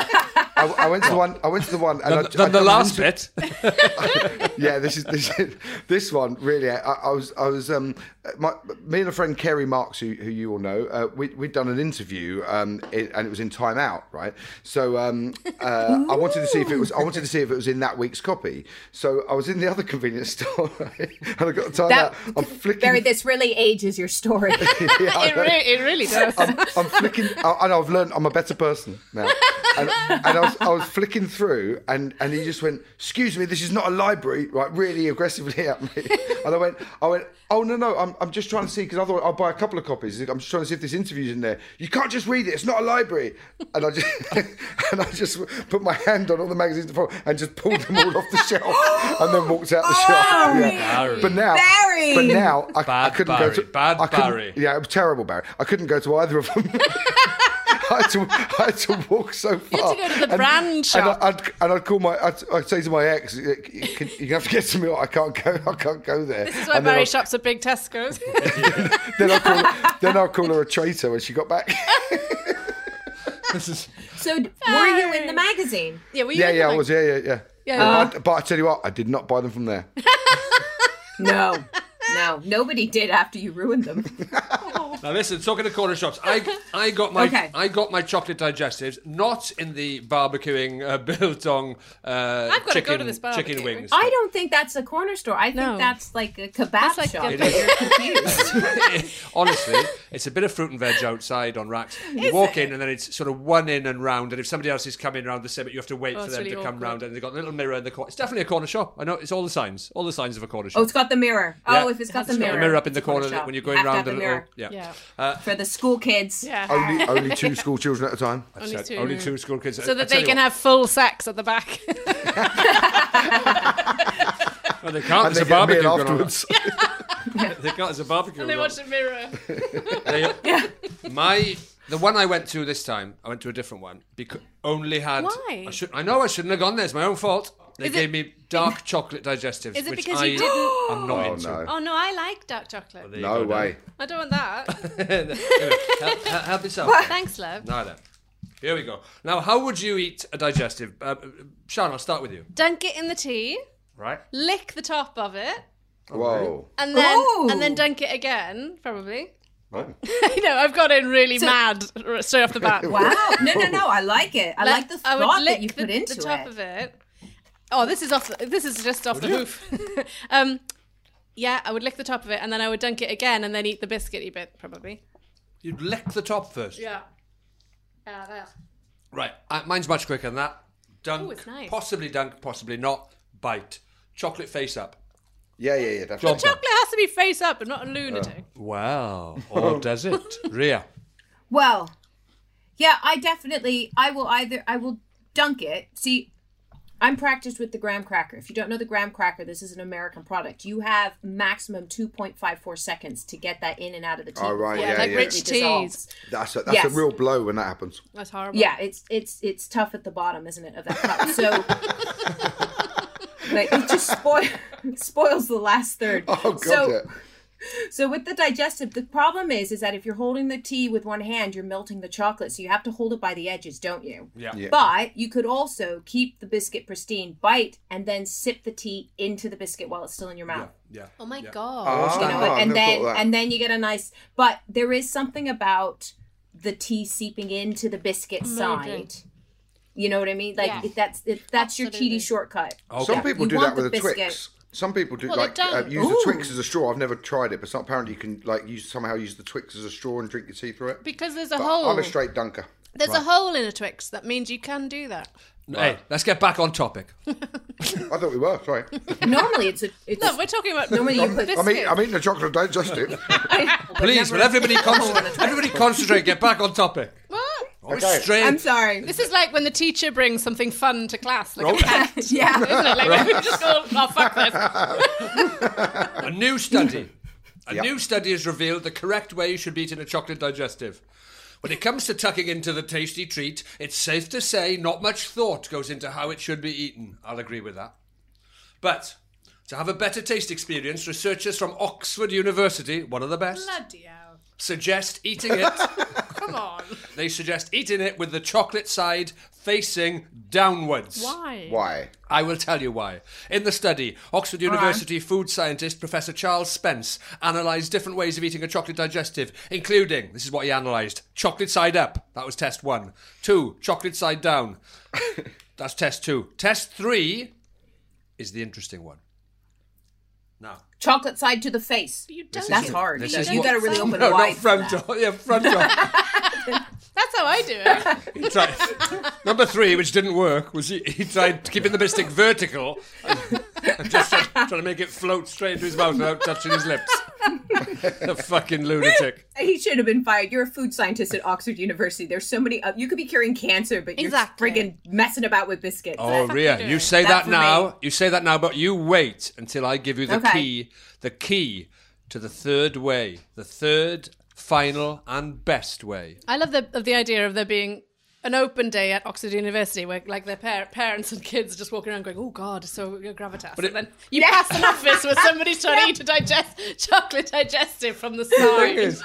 [SPEAKER 8] I, I went to the one. I went to the one. And I,
[SPEAKER 9] Than, than
[SPEAKER 8] I
[SPEAKER 9] Oh. the
[SPEAKER 8] done
[SPEAKER 9] last
[SPEAKER 8] an
[SPEAKER 9] bit.
[SPEAKER 8] yeah, this is this is, this one really. I, I was I was um, my, me and a friend Kerry Marks, who, who you all know, uh, we we'd done an interview um, it, and it was in Time Out, right? So um, uh, I wanted to see if it was I wanted to see if it was in that week's copy. So I was in the other convenience store right? and I got the Time
[SPEAKER 10] That-
[SPEAKER 8] Out. I'm flicking.
[SPEAKER 10] Barry, this really ages your story.
[SPEAKER 8] Yeah, I
[SPEAKER 7] it,
[SPEAKER 8] know.
[SPEAKER 7] re- it really does.
[SPEAKER 8] I'm, I'm flicking. I, I know I've learned. I'm a better person now. And, and I, was, I was flicking through, and, and he just went, "Excuse me, this is not a library." Right, really aggressively at me. And I went, I went, "Oh no, no, I'm, I'm just trying to see because I thought I'll buy a couple of copies. I'm just trying to see if this interview's in there. You can't just read it. It's not a library." And I just and I just put my hand on all the magazines in front and just pulled them all off the shelf, and then walked out the shop. Yeah. But now,
[SPEAKER 10] Oh, Barry.
[SPEAKER 8] but now I, I
[SPEAKER 9] Bad
[SPEAKER 8] couldn't go
[SPEAKER 9] Barry,
[SPEAKER 8] to
[SPEAKER 9] bad
[SPEAKER 8] I couldn't-
[SPEAKER 9] Barry.
[SPEAKER 8] yeah, it was terrible, Barry. I couldn't go to either of them. I, had to, I had to walk so far.
[SPEAKER 7] to go to the brand shop.
[SPEAKER 8] And, I, would and I'd call my, I'd, I'd say to my ex, "You can- "You're gonna have to get to me. or I can't go. I can't go there."
[SPEAKER 7] this is why
[SPEAKER 8] And then
[SPEAKER 7] Barry
[SPEAKER 8] I'd-
[SPEAKER 7] shops at big Tesco's.
[SPEAKER 8] Then I'll call, her- then I'll call her a traitor when she got back.
[SPEAKER 9] this is
[SPEAKER 10] so, d- were you in the magazine?
[SPEAKER 7] yeah, were you
[SPEAKER 8] yeah,
[SPEAKER 7] in the
[SPEAKER 8] yeah, I
[SPEAKER 7] mag-
[SPEAKER 8] was. Yeah, yeah, yeah.
[SPEAKER 7] Yeah.
[SPEAKER 8] But, I, but I tell you what, I did not buy them from there.
[SPEAKER 10] No, no, nobody did after you ruined them.
[SPEAKER 9] Now listen, talking to corner shops, I I got my
[SPEAKER 10] Okay.
[SPEAKER 9] I got my chocolate digestives not in the barbecuing uh, biltong uh,
[SPEAKER 7] I've gotta go
[SPEAKER 9] chicken
[SPEAKER 7] to this
[SPEAKER 9] chicken
[SPEAKER 7] barbecue.
[SPEAKER 9] wings.
[SPEAKER 10] I don't think that's a corner store. I think
[SPEAKER 7] No.
[SPEAKER 10] that's like a kebab
[SPEAKER 7] That's like
[SPEAKER 10] shop.
[SPEAKER 7] a- It
[SPEAKER 10] but you're confused.
[SPEAKER 9] Honestly, it's a bit of fruit and veg outside on racks. You walk in and then it's sort of one in and round, and if somebody else is coming round the same, you have to wait
[SPEAKER 7] Oh,
[SPEAKER 9] for
[SPEAKER 7] it's
[SPEAKER 9] them
[SPEAKER 7] really
[SPEAKER 9] to come
[SPEAKER 7] awkward.
[SPEAKER 9] round, and they've got a little mirror in the corner. It's definitely a corner shop. I know it's all the signs, all the signs of a corner shop.
[SPEAKER 10] oh, it's got the mirror.
[SPEAKER 9] Yeah.
[SPEAKER 10] Oh, if it's got the
[SPEAKER 9] It's got
[SPEAKER 10] mirror.
[SPEAKER 9] a mirror up in the
[SPEAKER 10] it's a corner
[SPEAKER 9] corner that
[SPEAKER 10] shop.
[SPEAKER 9] when you're
[SPEAKER 10] You
[SPEAKER 9] going
[SPEAKER 10] have to
[SPEAKER 9] round
[SPEAKER 10] have
[SPEAKER 9] the
[SPEAKER 10] the
[SPEAKER 9] little
[SPEAKER 10] mirror.
[SPEAKER 7] Yeah. Uh,
[SPEAKER 10] for the school kids.
[SPEAKER 7] Yeah.
[SPEAKER 8] Only, only two school children at a time.
[SPEAKER 7] Only
[SPEAKER 9] Said
[SPEAKER 7] two.
[SPEAKER 9] Only two school kids.
[SPEAKER 7] so that they can have full sex at the back.
[SPEAKER 9] No, they can't.
[SPEAKER 8] And
[SPEAKER 9] There's
[SPEAKER 8] they
[SPEAKER 9] a
[SPEAKER 8] get a
[SPEAKER 9] barbecue
[SPEAKER 8] meal
[SPEAKER 9] going on.
[SPEAKER 8] afterwards.
[SPEAKER 9] They can't. There's a barbecue.
[SPEAKER 7] and they
[SPEAKER 9] going on.
[SPEAKER 7] watch a mirror.
[SPEAKER 9] They- My the one I went to this time, I went to a different one because only had.
[SPEAKER 7] Why?
[SPEAKER 9] I, should, I know I shouldn't have gone there. It's my own fault. They
[SPEAKER 7] Is it-
[SPEAKER 9] gave me dark chocolate digestives,
[SPEAKER 7] Is it
[SPEAKER 9] which
[SPEAKER 7] because
[SPEAKER 9] I
[SPEAKER 7] you didn't-
[SPEAKER 9] am not into.
[SPEAKER 8] no.
[SPEAKER 7] Oh no, I like dark chocolate.
[SPEAKER 9] There you
[SPEAKER 8] No
[SPEAKER 9] go, Dan.
[SPEAKER 8] way.
[SPEAKER 7] I don't want that.
[SPEAKER 9] Anyway, help, help- help yourself.
[SPEAKER 7] Thanks, love.
[SPEAKER 9] Now then, here we go. Now, how would you eat a digestive? Uh, Sean, I'll start with you.
[SPEAKER 7] Dunk it in the tea,
[SPEAKER 9] Right.
[SPEAKER 7] lick the top of it,
[SPEAKER 8] Whoa.
[SPEAKER 7] and then
[SPEAKER 10] Ooh.
[SPEAKER 7] and then dunk it again, probably. I know, I've got in really mad r- straight off the bat.
[SPEAKER 10] Wow. No, no, no. I like it. I like,
[SPEAKER 7] Like,
[SPEAKER 10] the
[SPEAKER 7] I
[SPEAKER 10] thought
[SPEAKER 7] would lick
[SPEAKER 10] that you put
[SPEAKER 7] the,
[SPEAKER 10] into
[SPEAKER 7] the top
[SPEAKER 10] it.
[SPEAKER 7] of it. Oh, this is off. The, this is just off the hoof. um, yeah, I would lick the top of it, and then I would dunk it again, and then eat the biscuity bit probably.
[SPEAKER 9] You'd lick the top first.
[SPEAKER 7] Yeah.
[SPEAKER 9] Right. Uh, mine's much quicker than that. Dunk.
[SPEAKER 7] Ooh, it's nice.
[SPEAKER 9] Possibly dunk, possibly not. Bite. Chocolate face up.
[SPEAKER 8] Yeah, yeah, yeah, definitely.
[SPEAKER 7] Chocolate has to be face up and not a lunatic.
[SPEAKER 9] Wow. Or does it? Ria.
[SPEAKER 10] Well, yeah, I definitely. I will either. I will dunk it. See, I'm practiced with the graham cracker. If you don't know the graham cracker, this is an American product. You have maximum 2.54 seconds to get that in and out of the tea.
[SPEAKER 8] Oh, right,
[SPEAKER 10] before
[SPEAKER 8] yeah,
[SPEAKER 10] it
[SPEAKER 8] like
[SPEAKER 10] completely
[SPEAKER 7] rich
[SPEAKER 10] dissolves.
[SPEAKER 8] That's a, that's
[SPEAKER 10] Yes.
[SPEAKER 8] a real blow when that happens.
[SPEAKER 7] That's horrible.
[SPEAKER 10] Yeah, it's it's it's tough at the bottom, isn't it, of that cup? So, like, it just spoil, spoils the last third.
[SPEAKER 8] Oh god,
[SPEAKER 10] So-
[SPEAKER 8] yeah.
[SPEAKER 10] So with the digestive, the problem is is that if you're holding the tea with one hand, you're melting the chocolate, so you have to hold it by the edges, don't you?
[SPEAKER 9] Yeah.
[SPEAKER 10] But you could also keep the biscuit pristine, bite, and then sip the tea into the biscuit while it's still in your mouth.
[SPEAKER 9] Yeah.
[SPEAKER 7] Oh my
[SPEAKER 8] Ah,
[SPEAKER 7] god.
[SPEAKER 10] You know,
[SPEAKER 8] I
[SPEAKER 10] and
[SPEAKER 8] never thought
[SPEAKER 10] then
[SPEAKER 8] of that.
[SPEAKER 10] and then you get a nice. But there is something about the tea seeping into the biscuit side. You know what I mean? Like
[SPEAKER 7] Yeah.
[SPEAKER 10] if that's if that's your
[SPEAKER 7] Absolutely.
[SPEAKER 10] cheaty shortcut.
[SPEAKER 8] Some people
[SPEAKER 10] You
[SPEAKER 8] do
[SPEAKER 10] want
[SPEAKER 8] that with
[SPEAKER 10] the
[SPEAKER 8] a Twix.
[SPEAKER 10] biscuit.
[SPEAKER 8] Some people do
[SPEAKER 7] Well, they
[SPEAKER 8] like uh,
[SPEAKER 7] don't.
[SPEAKER 8] use the Twix as a straw. I've never tried it, but some, apparently you can like use somehow use the Twix as a straw and drink your tea through it.
[SPEAKER 7] Because there's a
[SPEAKER 8] But
[SPEAKER 7] hole.
[SPEAKER 8] I'm a straight dunker.
[SPEAKER 7] There's a hole in a Twix. That means you can do that.
[SPEAKER 9] Hey, let's get back on topic.
[SPEAKER 8] I thought we were. Sorry.
[SPEAKER 10] Normally it's a it's
[SPEAKER 7] No, we're talking about
[SPEAKER 10] normally you put
[SPEAKER 8] I mean, I mean the chocolate. Digest it.
[SPEAKER 9] Please, will everybody, concentrate, everybody concentrate, get back on topic.
[SPEAKER 7] What?
[SPEAKER 9] Always
[SPEAKER 8] Okay.
[SPEAKER 9] straight.
[SPEAKER 10] I'm sorry.
[SPEAKER 7] This is like when the teacher brings something fun to class, like a pet. Isn't
[SPEAKER 10] Yeah.
[SPEAKER 7] it? Like we just go, oh fuck this.
[SPEAKER 9] A new study. A
[SPEAKER 8] Yep.
[SPEAKER 9] new study has revealed the correct way you should be eating a chocolate digestive. When it comes to tucking into the tasty treat, it's safe to say not much thought goes into how it should be eaten. I'll agree with that. But to have a better taste experience, researchers from Oxford University, one of the best,
[SPEAKER 7] Bloody hell.
[SPEAKER 9] suggest eating it.
[SPEAKER 7] Come on.
[SPEAKER 9] they suggest eating it with the chocolate side facing downwards.
[SPEAKER 7] Why?
[SPEAKER 8] Why?
[SPEAKER 9] I will tell you why. In the study, Oxford University food scientist Professor Charles Spence analysed different ways of eating a chocolate digestive, including this is what he analysed chocolate side up. That was test one. Two, chocolate side down. That's test two. Test three is the interesting one. Now,
[SPEAKER 10] chocolate side to the face.
[SPEAKER 7] You don't.
[SPEAKER 10] That's hard.
[SPEAKER 9] this
[SPEAKER 10] You-
[SPEAKER 9] is
[SPEAKER 10] you
[SPEAKER 9] what-
[SPEAKER 10] got to really open
[SPEAKER 9] no,
[SPEAKER 10] wide.
[SPEAKER 9] not front door. Yeah, front door.
[SPEAKER 7] That's how I do it.
[SPEAKER 9] He tried- number three, which didn't work, was he, he tried keeping the biscuit vertical and just tried, trying to make it float straight into his mouth without touching his lips. the fucking lunatic.
[SPEAKER 10] He should have been fired. You're a food scientist at Oxford University. There's so many. Uh, you could be curing cancer, but you're
[SPEAKER 7] Exactly.
[SPEAKER 10] friggin' messing about with biscuits.
[SPEAKER 9] Oh, Ria, you say
[SPEAKER 10] That
[SPEAKER 9] that,
[SPEAKER 10] for
[SPEAKER 9] now.
[SPEAKER 10] me.
[SPEAKER 9] You say that now, but you wait until I give you the
[SPEAKER 10] Okay.
[SPEAKER 9] key, the key to the third way, the third, final, and best way.
[SPEAKER 7] I love the of the idea of there being an open day at Oxford University where like their par- parents and kids are just walking around going, oh god, so you're gravitas.
[SPEAKER 9] But it-
[SPEAKER 7] and then you pass an office where somebody's trying to eat a digest chocolate digestive from the side.
[SPEAKER 9] Thing is,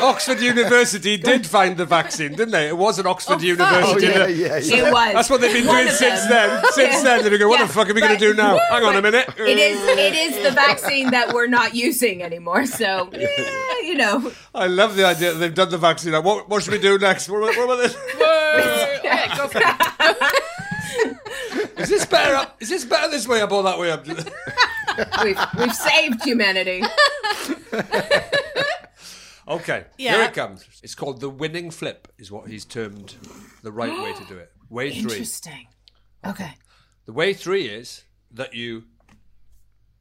[SPEAKER 9] Oxford University did find the vaccine, didn't they? It was an Oxford
[SPEAKER 8] Oh
[SPEAKER 9] University.
[SPEAKER 8] yeah,
[SPEAKER 9] that-
[SPEAKER 8] yeah, yeah.
[SPEAKER 10] It was.
[SPEAKER 9] That's what they've been
[SPEAKER 10] One
[SPEAKER 9] doing
[SPEAKER 10] of
[SPEAKER 9] since
[SPEAKER 10] them.
[SPEAKER 9] then. Since then, they've been going, what
[SPEAKER 10] Yeah,
[SPEAKER 9] the fuck are we going
[SPEAKER 10] but-
[SPEAKER 9] to do now? Hang on a minute.
[SPEAKER 10] It is. It is the vaccine that we're not using anymore. So yeah, you know,
[SPEAKER 9] I love the idea that they've done the vaccine. Like, what, what should we do next? What, what about this?
[SPEAKER 7] Whoa. Yeah, go for it.
[SPEAKER 9] Is this better up? Is this better this way up or that way up?
[SPEAKER 10] we've we've saved humanity.
[SPEAKER 9] okay, here
[SPEAKER 7] Yeah.
[SPEAKER 9] it comes. It's called the winning flip, is what he's termed the right way to do it. Way three.
[SPEAKER 10] Interesting. Okay.
[SPEAKER 9] The way three is that you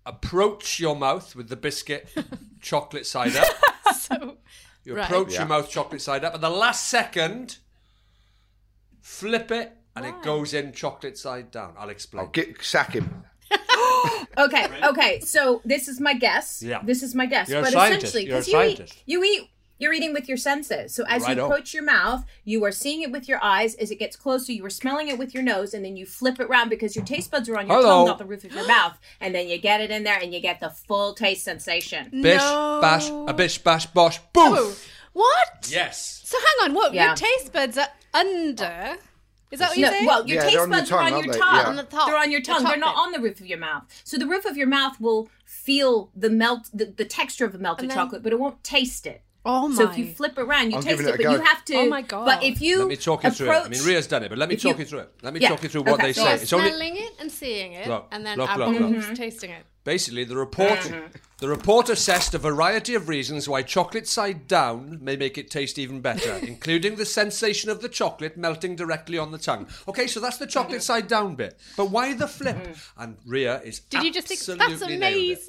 [SPEAKER 9] approach your mouth with the biscuit chocolate side up.
[SPEAKER 7] So
[SPEAKER 9] You
[SPEAKER 7] Right.
[SPEAKER 9] approach
[SPEAKER 8] Yeah.
[SPEAKER 9] your mouth chocolate side up, at the last second, flip it, and it goes in chocolate side down. I'll explain.
[SPEAKER 8] Get sack him.
[SPEAKER 10] Okay, okay. So this is my guess.
[SPEAKER 9] Yeah.
[SPEAKER 10] This is my guess.
[SPEAKER 9] You're a
[SPEAKER 10] but
[SPEAKER 9] scientist.
[SPEAKER 10] essentially,
[SPEAKER 9] You're a
[SPEAKER 10] 'cause you eat,
[SPEAKER 9] scientist.
[SPEAKER 10] you eat, you're eating with your senses. So as
[SPEAKER 9] Righto.
[SPEAKER 10] you approach your mouth, you are seeing it with your eyes. As it gets closer, you are smelling it with your nose, and then you flip it round because your taste buds are on your
[SPEAKER 9] Hello.
[SPEAKER 10] tongue, not the roof of your mouth. And then you get it in there, and you get the full taste sensation.
[SPEAKER 9] Bish, bash, a bish, bash, bosh, boof!
[SPEAKER 7] what?
[SPEAKER 9] Yes.
[SPEAKER 7] So hang on, what
[SPEAKER 10] Yeah.
[SPEAKER 7] your taste buds are under Is that what you
[SPEAKER 10] No,
[SPEAKER 7] say?
[SPEAKER 10] well, your
[SPEAKER 8] Yeah, they're
[SPEAKER 10] taste
[SPEAKER 8] on your
[SPEAKER 10] buds
[SPEAKER 8] tongue,
[SPEAKER 10] are on
[SPEAKER 8] aren't
[SPEAKER 10] your
[SPEAKER 8] they?
[SPEAKER 10] tongue.
[SPEAKER 8] Yeah. On
[SPEAKER 1] the top.
[SPEAKER 10] They're on your
[SPEAKER 1] The
[SPEAKER 10] tongue.
[SPEAKER 1] top
[SPEAKER 10] They're not
[SPEAKER 1] bit.
[SPEAKER 10] on the roof of your mouth. So the roof of your mouth will feel the melt, the, the texture of a melted chocolate, but it won't taste it.
[SPEAKER 7] oh my.
[SPEAKER 10] So if you flip around, you
[SPEAKER 8] I'm
[SPEAKER 10] taste
[SPEAKER 8] giving
[SPEAKER 10] it,
[SPEAKER 8] it a
[SPEAKER 10] but you
[SPEAKER 8] go.
[SPEAKER 10] have to.
[SPEAKER 7] Oh my God.
[SPEAKER 10] But if you
[SPEAKER 9] Let me talk you through it. I mean,
[SPEAKER 10] approach-
[SPEAKER 9] Ria's done it, but let me
[SPEAKER 10] if
[SPEAKER 9] talk
[SPEAKER 10] you-
[SPEAKER 9] you through it. Let me
[SPEAKER 10] Yeah.
[SPEAKER 9] talk you through what
[SPEAKER 10] Okay.
[SPEAKER 9] they
[SPEAKER 10] So
[SPEAKER 9] say.
[SPEAKER 10] you're
[SPEAKER 9] It's only
[SPEAKER 7] smelling it and seeing it,
[SPEAKER 9] Look,
[SPEAKER 7] and then
[SPEAKER 9] look,
[SPEAKER 7] our
[SPEAKER 9] look,
[SPEAKER 7] body's
[SPEAKER 10] Mm-hmm.
[SPEAKER 7] tasting it.
[SPEAKER 9] Basically, the report
[SPEAKER 7] Mm-hmm.
[SPEAKER 9] the report assessed a variety of reasons why chocolate side down may make it taste even better, including the sensation of the chocolate melting directly on the tongue. Okay, so that's the chocolate
[SPEAKER 7] Mm-hmm.
[SPEAKER 9] side down bit. But why the flip? And Ria is
[SPEAKER 7] Did you just think
[SPEAKER 9] absolutely
[SPEAKER 7] that's
[SPEAKER 9] nailed it.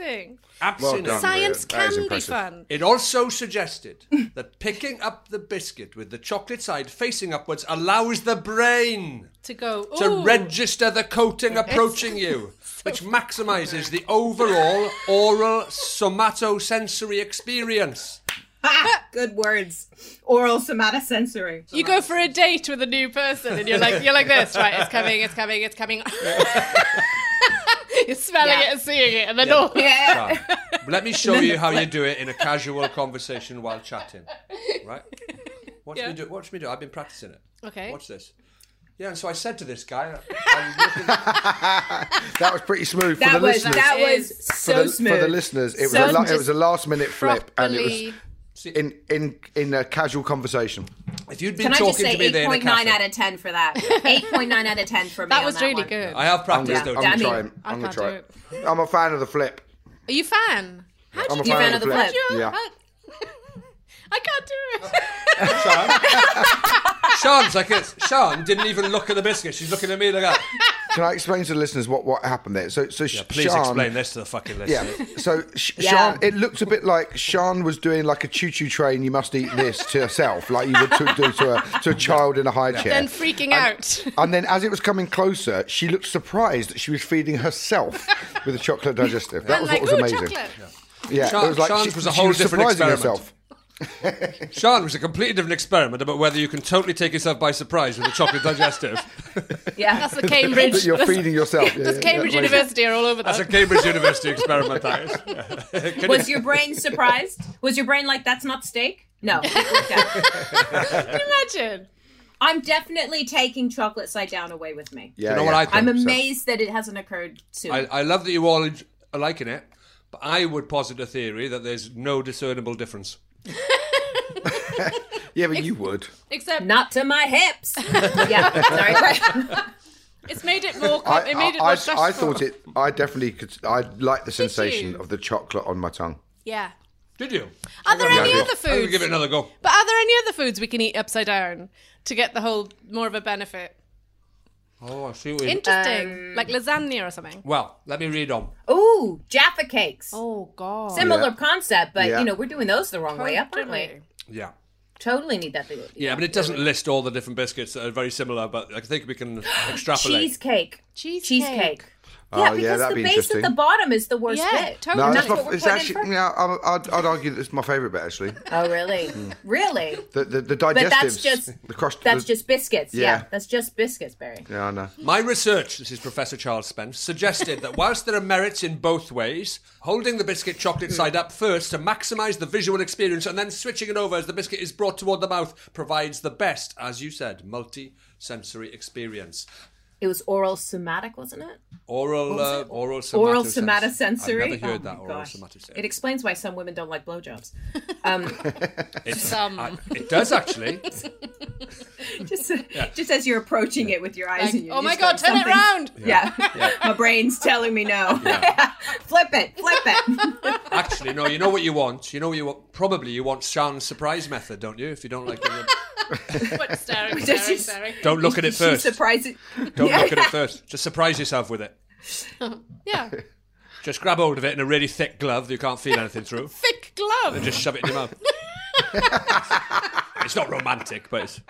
[SPEAKER 7] amazing?
[SPEAKER 9] Absolutely.
[SPEAKER 8] Well done.
[SPEAKER 7] Science
[SPEAKER 8] That is
[SPEAKER 7] can be
[SPEAKER 8] impressive.
[SPEAKER 7] fun.
[SPEAKER 9] It also suggested that picking up the biscuit with the chocolate side facing upwards allows the brain
[SPEAKER 7] To go
[SPEAKER 9] to
[SPEAKER 7] "Ooh."
[SPEAKER 9] register the coating approaching you, which maximizes the overall oral somatosensory experience.
[SPEAKER 10] Ah, good words. Oral somatosensory.
[SPEAKER 7] You go for a date with a new person, and you're like, you're like this, right? It's coming, it's coming, it's coming. you're smelling
[SPEAKER 10] Yeah.
[SPEAKER 7] it and seeing it, and then all.
[SPEAKER 10] Yeah.
[SPEAKER 9] Right. Let me show you how you do it in a casual conversation while chatting. Right? Watch me do. Watch me do. I've been practicing it.
[SPEAKER 7] Okay.
[SPEAKER 9] Watch this. Yeah, and so I said to this guy, I'm looking-
[SPEAKER 8] That was pretty smooth for the
[SPEAKER 10] That was
[SPEAKER 8] listeners.
[SPEAKER 10] that
[SPEAKER 7] Is-
[SPEAKER 10] was so
[SPEAKER 8] for, the,
[SPEAKER 10] smooth.
[SPEAKER 8] for the listeners, it was
[SPEAKER 10] So
[SPEAKER 8] a la- it
[SPEAKER 10] just
[SPEAKER 8] was a last minute flip, and it
[SPEAKER 7] properly-
[SPEAKER 8] was in in in a casual conversation.
[SPEAKER 9] if you'd been
[SPEAKER 10] Can I just
[SPEAKER 9] talking
[SPEAKER 10] say
[SPEAKER 9] to me there in a
[SPEAKER 10] 8.9
[SPEAKER 9] cafe,
[SPEAKER 10] out of 10 for that? 8.9 out of 10 for me.
[SPEAKER 7] That
[SPEAKER 10] on
[SPEAKER 7] was really
[SPEAKER 10] one.
[SPEAKER 7] good.
[SPEAKER 9] I have
[SPEAKER 8] I'm gonna,
[SPEAKER 9] practiced
[SPEAKER 10] Yeah.
[SPEAKER 8] I'm
[SPEAKER 9] though.
[SPEAKER 8] gonna
[SPEAKER 10] Damn
[SPEAKER 8] try
[SPEAKER 10] it.
[SPEAKER 8] it.
[SPEAKER 7] I
[SPEAKER 8] I'm gonna
[SPEAKER 7] can't
[SPEAKER 8] try
[SPEAKER 7] do
[SPEAKER 8] it. I'm a fan of the flip.
[SPEAKER 7] Are you fan?
[SPEAKER 8] I'm a fan
[SPEAKER 10] you fan
[SPEAKER 8] of the
[SPEAKER 10] of the
[SPEAKER 8] flip.
[SPEAKER 10] flip?
[SPEAKER 8] Yeah.
[SPEAKER 7] I can't do it.
[SPEAKER 9] Sean's like this. Sean didn't even look at the biscuit. She's looking at me like that.
[SPEAKER 8] Can I explain to the listeners what what happened there? So so
[SPEAKER 9] Please
[SPEAKER 8] Sian,
[SPEAKER 9] explain this to the fucking
[SPEAKER 8] Yeah.
[SPEAKER 9] listener.
[SPEAKER 8] So Sh-
[SPEAKER 10] Yeah.
[SPEAKER 8] Sean, it looked a bit like Sean was doing like a choo-choo train. You must eat this to herself, like you would to, do to a to a child in a high chair.
[SPEAKER 7] Then freaking out.
[SPEAKER 8] And then as it was coming closer, she looked surprised that she was feeding herself with a chocolate digestive. That was
[SPEAKER 7] like,
[SPEAKER 8] what was
[SPEAKER 7] "Ooh,
[SPEAKER 8] amazing.
[SPEAKER 7] chocolate."
[SPEAKER 8] Yeah,
[SPEAKER 9] Sean-
[SPEAKER 8] it was like
[SPEAKER 9] Sean's
[SPEAKER 8] she
[SPEAKER 9] was a
[SPEAKER 8] she
[SPEAKER 9] whole
[SPEAKER 8] was
[SPEAKER 9] different
[SPEAKER 8] surprising
[SPEAKER 9] experiment.
[SPEAKER 8] herself.
[SPEAKER 9] Sean was a completely different experiment about whether you can totally take yourself by surprise with a chocolate digestive.
[SPEAKER 10] Yeah.
[SPEAKER 7] That's the Cambridge.
[SPEAKER 8] That you're feeding yourself. Yeah,
[SPEAKER 7] That's
[SPEAKER 8] yeah,
[SPEAKER 7] Cambridge
[SPEAKER 8] yeah, amazing.
[SPEAKER 7] University are all over that.
[SPEAKER 9] That's a Cambridge University experiment, that is.
[SPEAKER 10] Was your brain surprised? Was your brain like, that's not steak? No. it worked out.
[SPEAKER 7] Can you imagine?
[SPEAKER 10] I'm definitely taking chocolate side down away with me.
[SPEAKER 8] Yeah,
[SPEAKER 9] You know
[SPEAKER 8] yeah.
[SPEAKER 9] what I think?
[SPEAKER 10] I'm amazed that it hasn't occurred sooner.
[SPEAKER 9] I, I love that you all enj- are liking it, but I would posit a theory that there's no discernible difference.
[SPEAKER 8] Yeah, but you would.
[SPEAKER 7] Except
[SPEAKER 10] Not to my hips. yeah, sorry.
[SPEAKER 7] it's made it more. Com-
[SPEAKER 8] I,
[SPEAKER 7] it made it
[SPEAKER 8] I,
[SPEAKER 7] more
[SPEAKER 8] I,
[SPEAKER 7] stressful.
[SPEAKER 8] I thought it. I definitely could. I like the sensation
[SPEAKER 7] you?
[SPEAKER 8] of the chocolate on my tongue.
[SPEAKER 7] Yeah.
[SPEAKER 9] Did you?
[SPEAKER 7] Are there any
[SPEAKER 8] I did.
[SPEAKER 7] other
[SPEAKER 9] I'm gonna
[SPEAKER 7] foods?
[SPEAKER 9] give it another go.
[SPEAKER 7] But are there any other foods we can eat upside down to get the whole more of a benefit?
[SPEAKER 9] Oh, I see what you
[SPEAKER 7] Interesting, like lasagna or something.
[SPEAKER 9] Well, let me read on.
[SPEAKER 10] Ooh, Jaffa cakes.
[SPEAKER 7] Oh God!
[SPEAKER 10] Similar concept, but
[SPEAKER 8] Yeah.
[SPEAKER 10] you know, we're doing those the wrong way up, aren't we?
[SPEAKER 9] Yeah.
[SPEAKER 10] Totally need that. thing.
[SPEAKER 9] Yeah, but it doesn't list all the different biscuits that are very similar, but I think we can extrapolate.
[SPEAKER 10] Cheesecake.
[SPEAKER 7] Cheesecake.
[SPEAKER 10] Cheesecake.
[SPEAKER 8] Oh, yeah,
[SPEAKER 10] Yeah, because
[SPEAKER 8] that'd
[SPEAKER 10] the
[SPEAKER 8] be
[SPEAKER 10] base
[SPEAKER 8] interesting.
[SPEAKER 10] at the bottom is the worst
[SPEAKER 7] Yeah,
[SPEAKER 10] bit.
[SPEAKER 7] totally.
[SPEAKER 8] No,
[SPEAKER 7] And
[SPEAKER 8] that's
[SPEAKER 10] that's what
[SPEAKER 8] not.
[SPEAKER 10] we're
[SPEAKER 8] It's
[SPEAKER 10] putting
[SPEAKER 8] actually.
[SPEAKER 10] in for-
[SPEAKER 8] Yeah, I, I'd, I'd argue that it's my favourite bit actually.
[SPEAKER 10] Oh, really? really?
[SPEAKER 8] The the, the
[SPEAKER 10] But
[SPEAKER 8] digestives.
[SPEAKER 10] that's just
[SPEAKER 8] Hmm. the crust.
[SPEAKER 10] that's
[SPEAKER 8] the-
[SPEAKER 10] just biscuits. Yeah.
[SPEAKER 8] Yeah.
[SPEAKER 10] that's just biscuits, Barry.
[SPEAKER 8] Yeah, I know.
[SPEAKER 9] My research, this is Professor Charles Spence, suggested that whilst there are merits in both ways, holding the biscuit chocolate
[SPEAKER 10] Hmm.
[SPEAKER 9] side up first to maximise the visual experience and then switching it over as the biscuit is brought toward the mouth provides the best, as you said, multi sensory experience.
[SPEAKER 10] It was oral somatic, wasn't it?
[SPEAKER 9] Oral, uh, oral, somatosensory.
[SPEAKER 10] Oral somatosensory.
[SPEAKER 9] I've never heard
[SPEAKER 10] Oh
[SPEAKER 9] that.
[SPEAKER 10] my
[SPEAKER 9] Oral
[SPEAKER 10] gosh.
[SPEAKER 9] somatosensory.
[SPEAKER 10] It explains why some women don't like blowjobs.
[SPEAKER 7] Some.
[SPEAKER 9] I- it does actually.
[SPEAKER 10] Just, just as you're approaching it with your eyes. and you
[SPEAKER 7] oh my God!
[SPEAKER 10] just like,
[SPEAKER 7] Turn it
[SPEAKER 10] something's-
[SPEAKER 7] round.
[SPEAKER 10] Yeah. my brain's telling me no. flip it, flip it.
[SPEAKER 9] Actually, no. You know what you want. You know what you want. Probably you want Sean's surprise method, don't you? If you don't like it,
[SPEAKER 7] What staring, staring, staring.
[SPEAKER 9] don't look at it
[SPEAKER 10] She's
[SPEAKER 9] first.
[SPEAKER 10] surprised. it-
[SPEAKER 9] Don't look at it first. Just surprise yourself with it.
[SPEAKER 7] Yeah.
[SPEAKER 9] Just grab hold of it in a really thick glove that you can't feel anything through.
[SPEAKER 7] Thick glove.
[SPEAKER 9] Just shove it in your mouth. it's not romantic, but it's,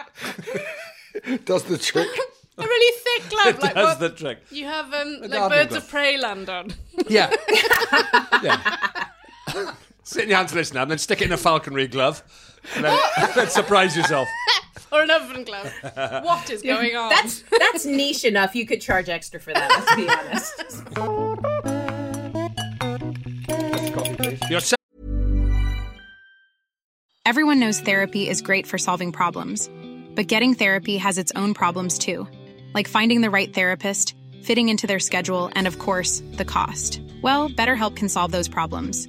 [SPEAKER 8] Does the trick.
[SPEAKER 7] A really thick glove. Like what?
[SPEAKER 9] that's the trick.
[SPEAKER 7] you have um, like
[SPEAKER 9] gardening
[SPEAKER 7] birds
[SPEAKER 9] glove.
[SPEAKER 7] of prey land on.
[SPEAKER 9] Yeah. yeah. Sit in your hands this now and then stick it in a falconry glove. And then, then surprise yourself.
[SPEAKER 7] or an oven glove. What is going on?
[SPEAKER 10] That's that's niche enough. You could charge extra for that. Let's be honest.
[SPEAKER 9] You're se-
[SPEAKER 11] Everyone knows therapy is great for solving problems, but getting therapy has its own problems too, like finding the right therapist, fitting into their schedule, and of course, the cost. Well, BetterHelp can solve those problems.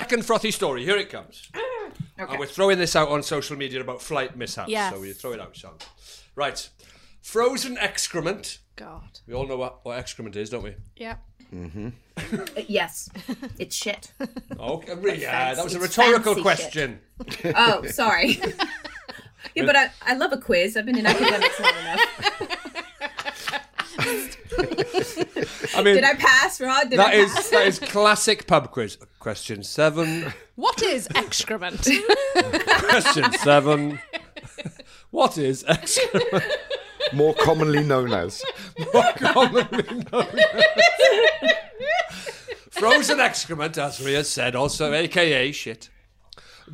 [SPEAKER 9] Second frothy story. Here it comes. And we're throwing this out on social media about flight mishaps.
[SPEAKER 7] Yes.
[SPEAKER 9] So we throw it out, Sean. Right. Frozen excrement.
[SPEAKER 7] God.
[SPEAKER 9] We all know what, what excrement is, don't we?
[SPEAKER 7] Yeah.
[SPEAKER 9] Mm-hmm.
[SPEAKER 10] Uh, yes, it's shit.
[SPEAKER 9] Okay, really? yeah,
[SPEAKER 10] fancy-
[SPEAKER 9] that was a
[SPEAKER 10] it's
[SPEAKER 9] rhetorical
[SPEAKER 10] fancy
[SPEAKER 9] question.
[SPEAKER 10] oh, sorry. yeah, but I, I love a quiz. I've been in academics long enough.
[SPEAKER 9] I mean,
[SPEAKER 10] did I pass, Rod? Did
[SPEAKER 9] That
[SPEAKER 10] I
[SPEAKER 9] is
[SPEAKER 10] pass?
[SPEAKER 9] that is classic pub quiz. Question seven.
[SPEAKER 7] What is excrement?
[SPEAKER 9] Question seven. What is excrement?
[SPEAKER 8] More commonly known as.
[SPEAKER 9] More commonly known as. Frozen excrement, as Ria said, also aka shit.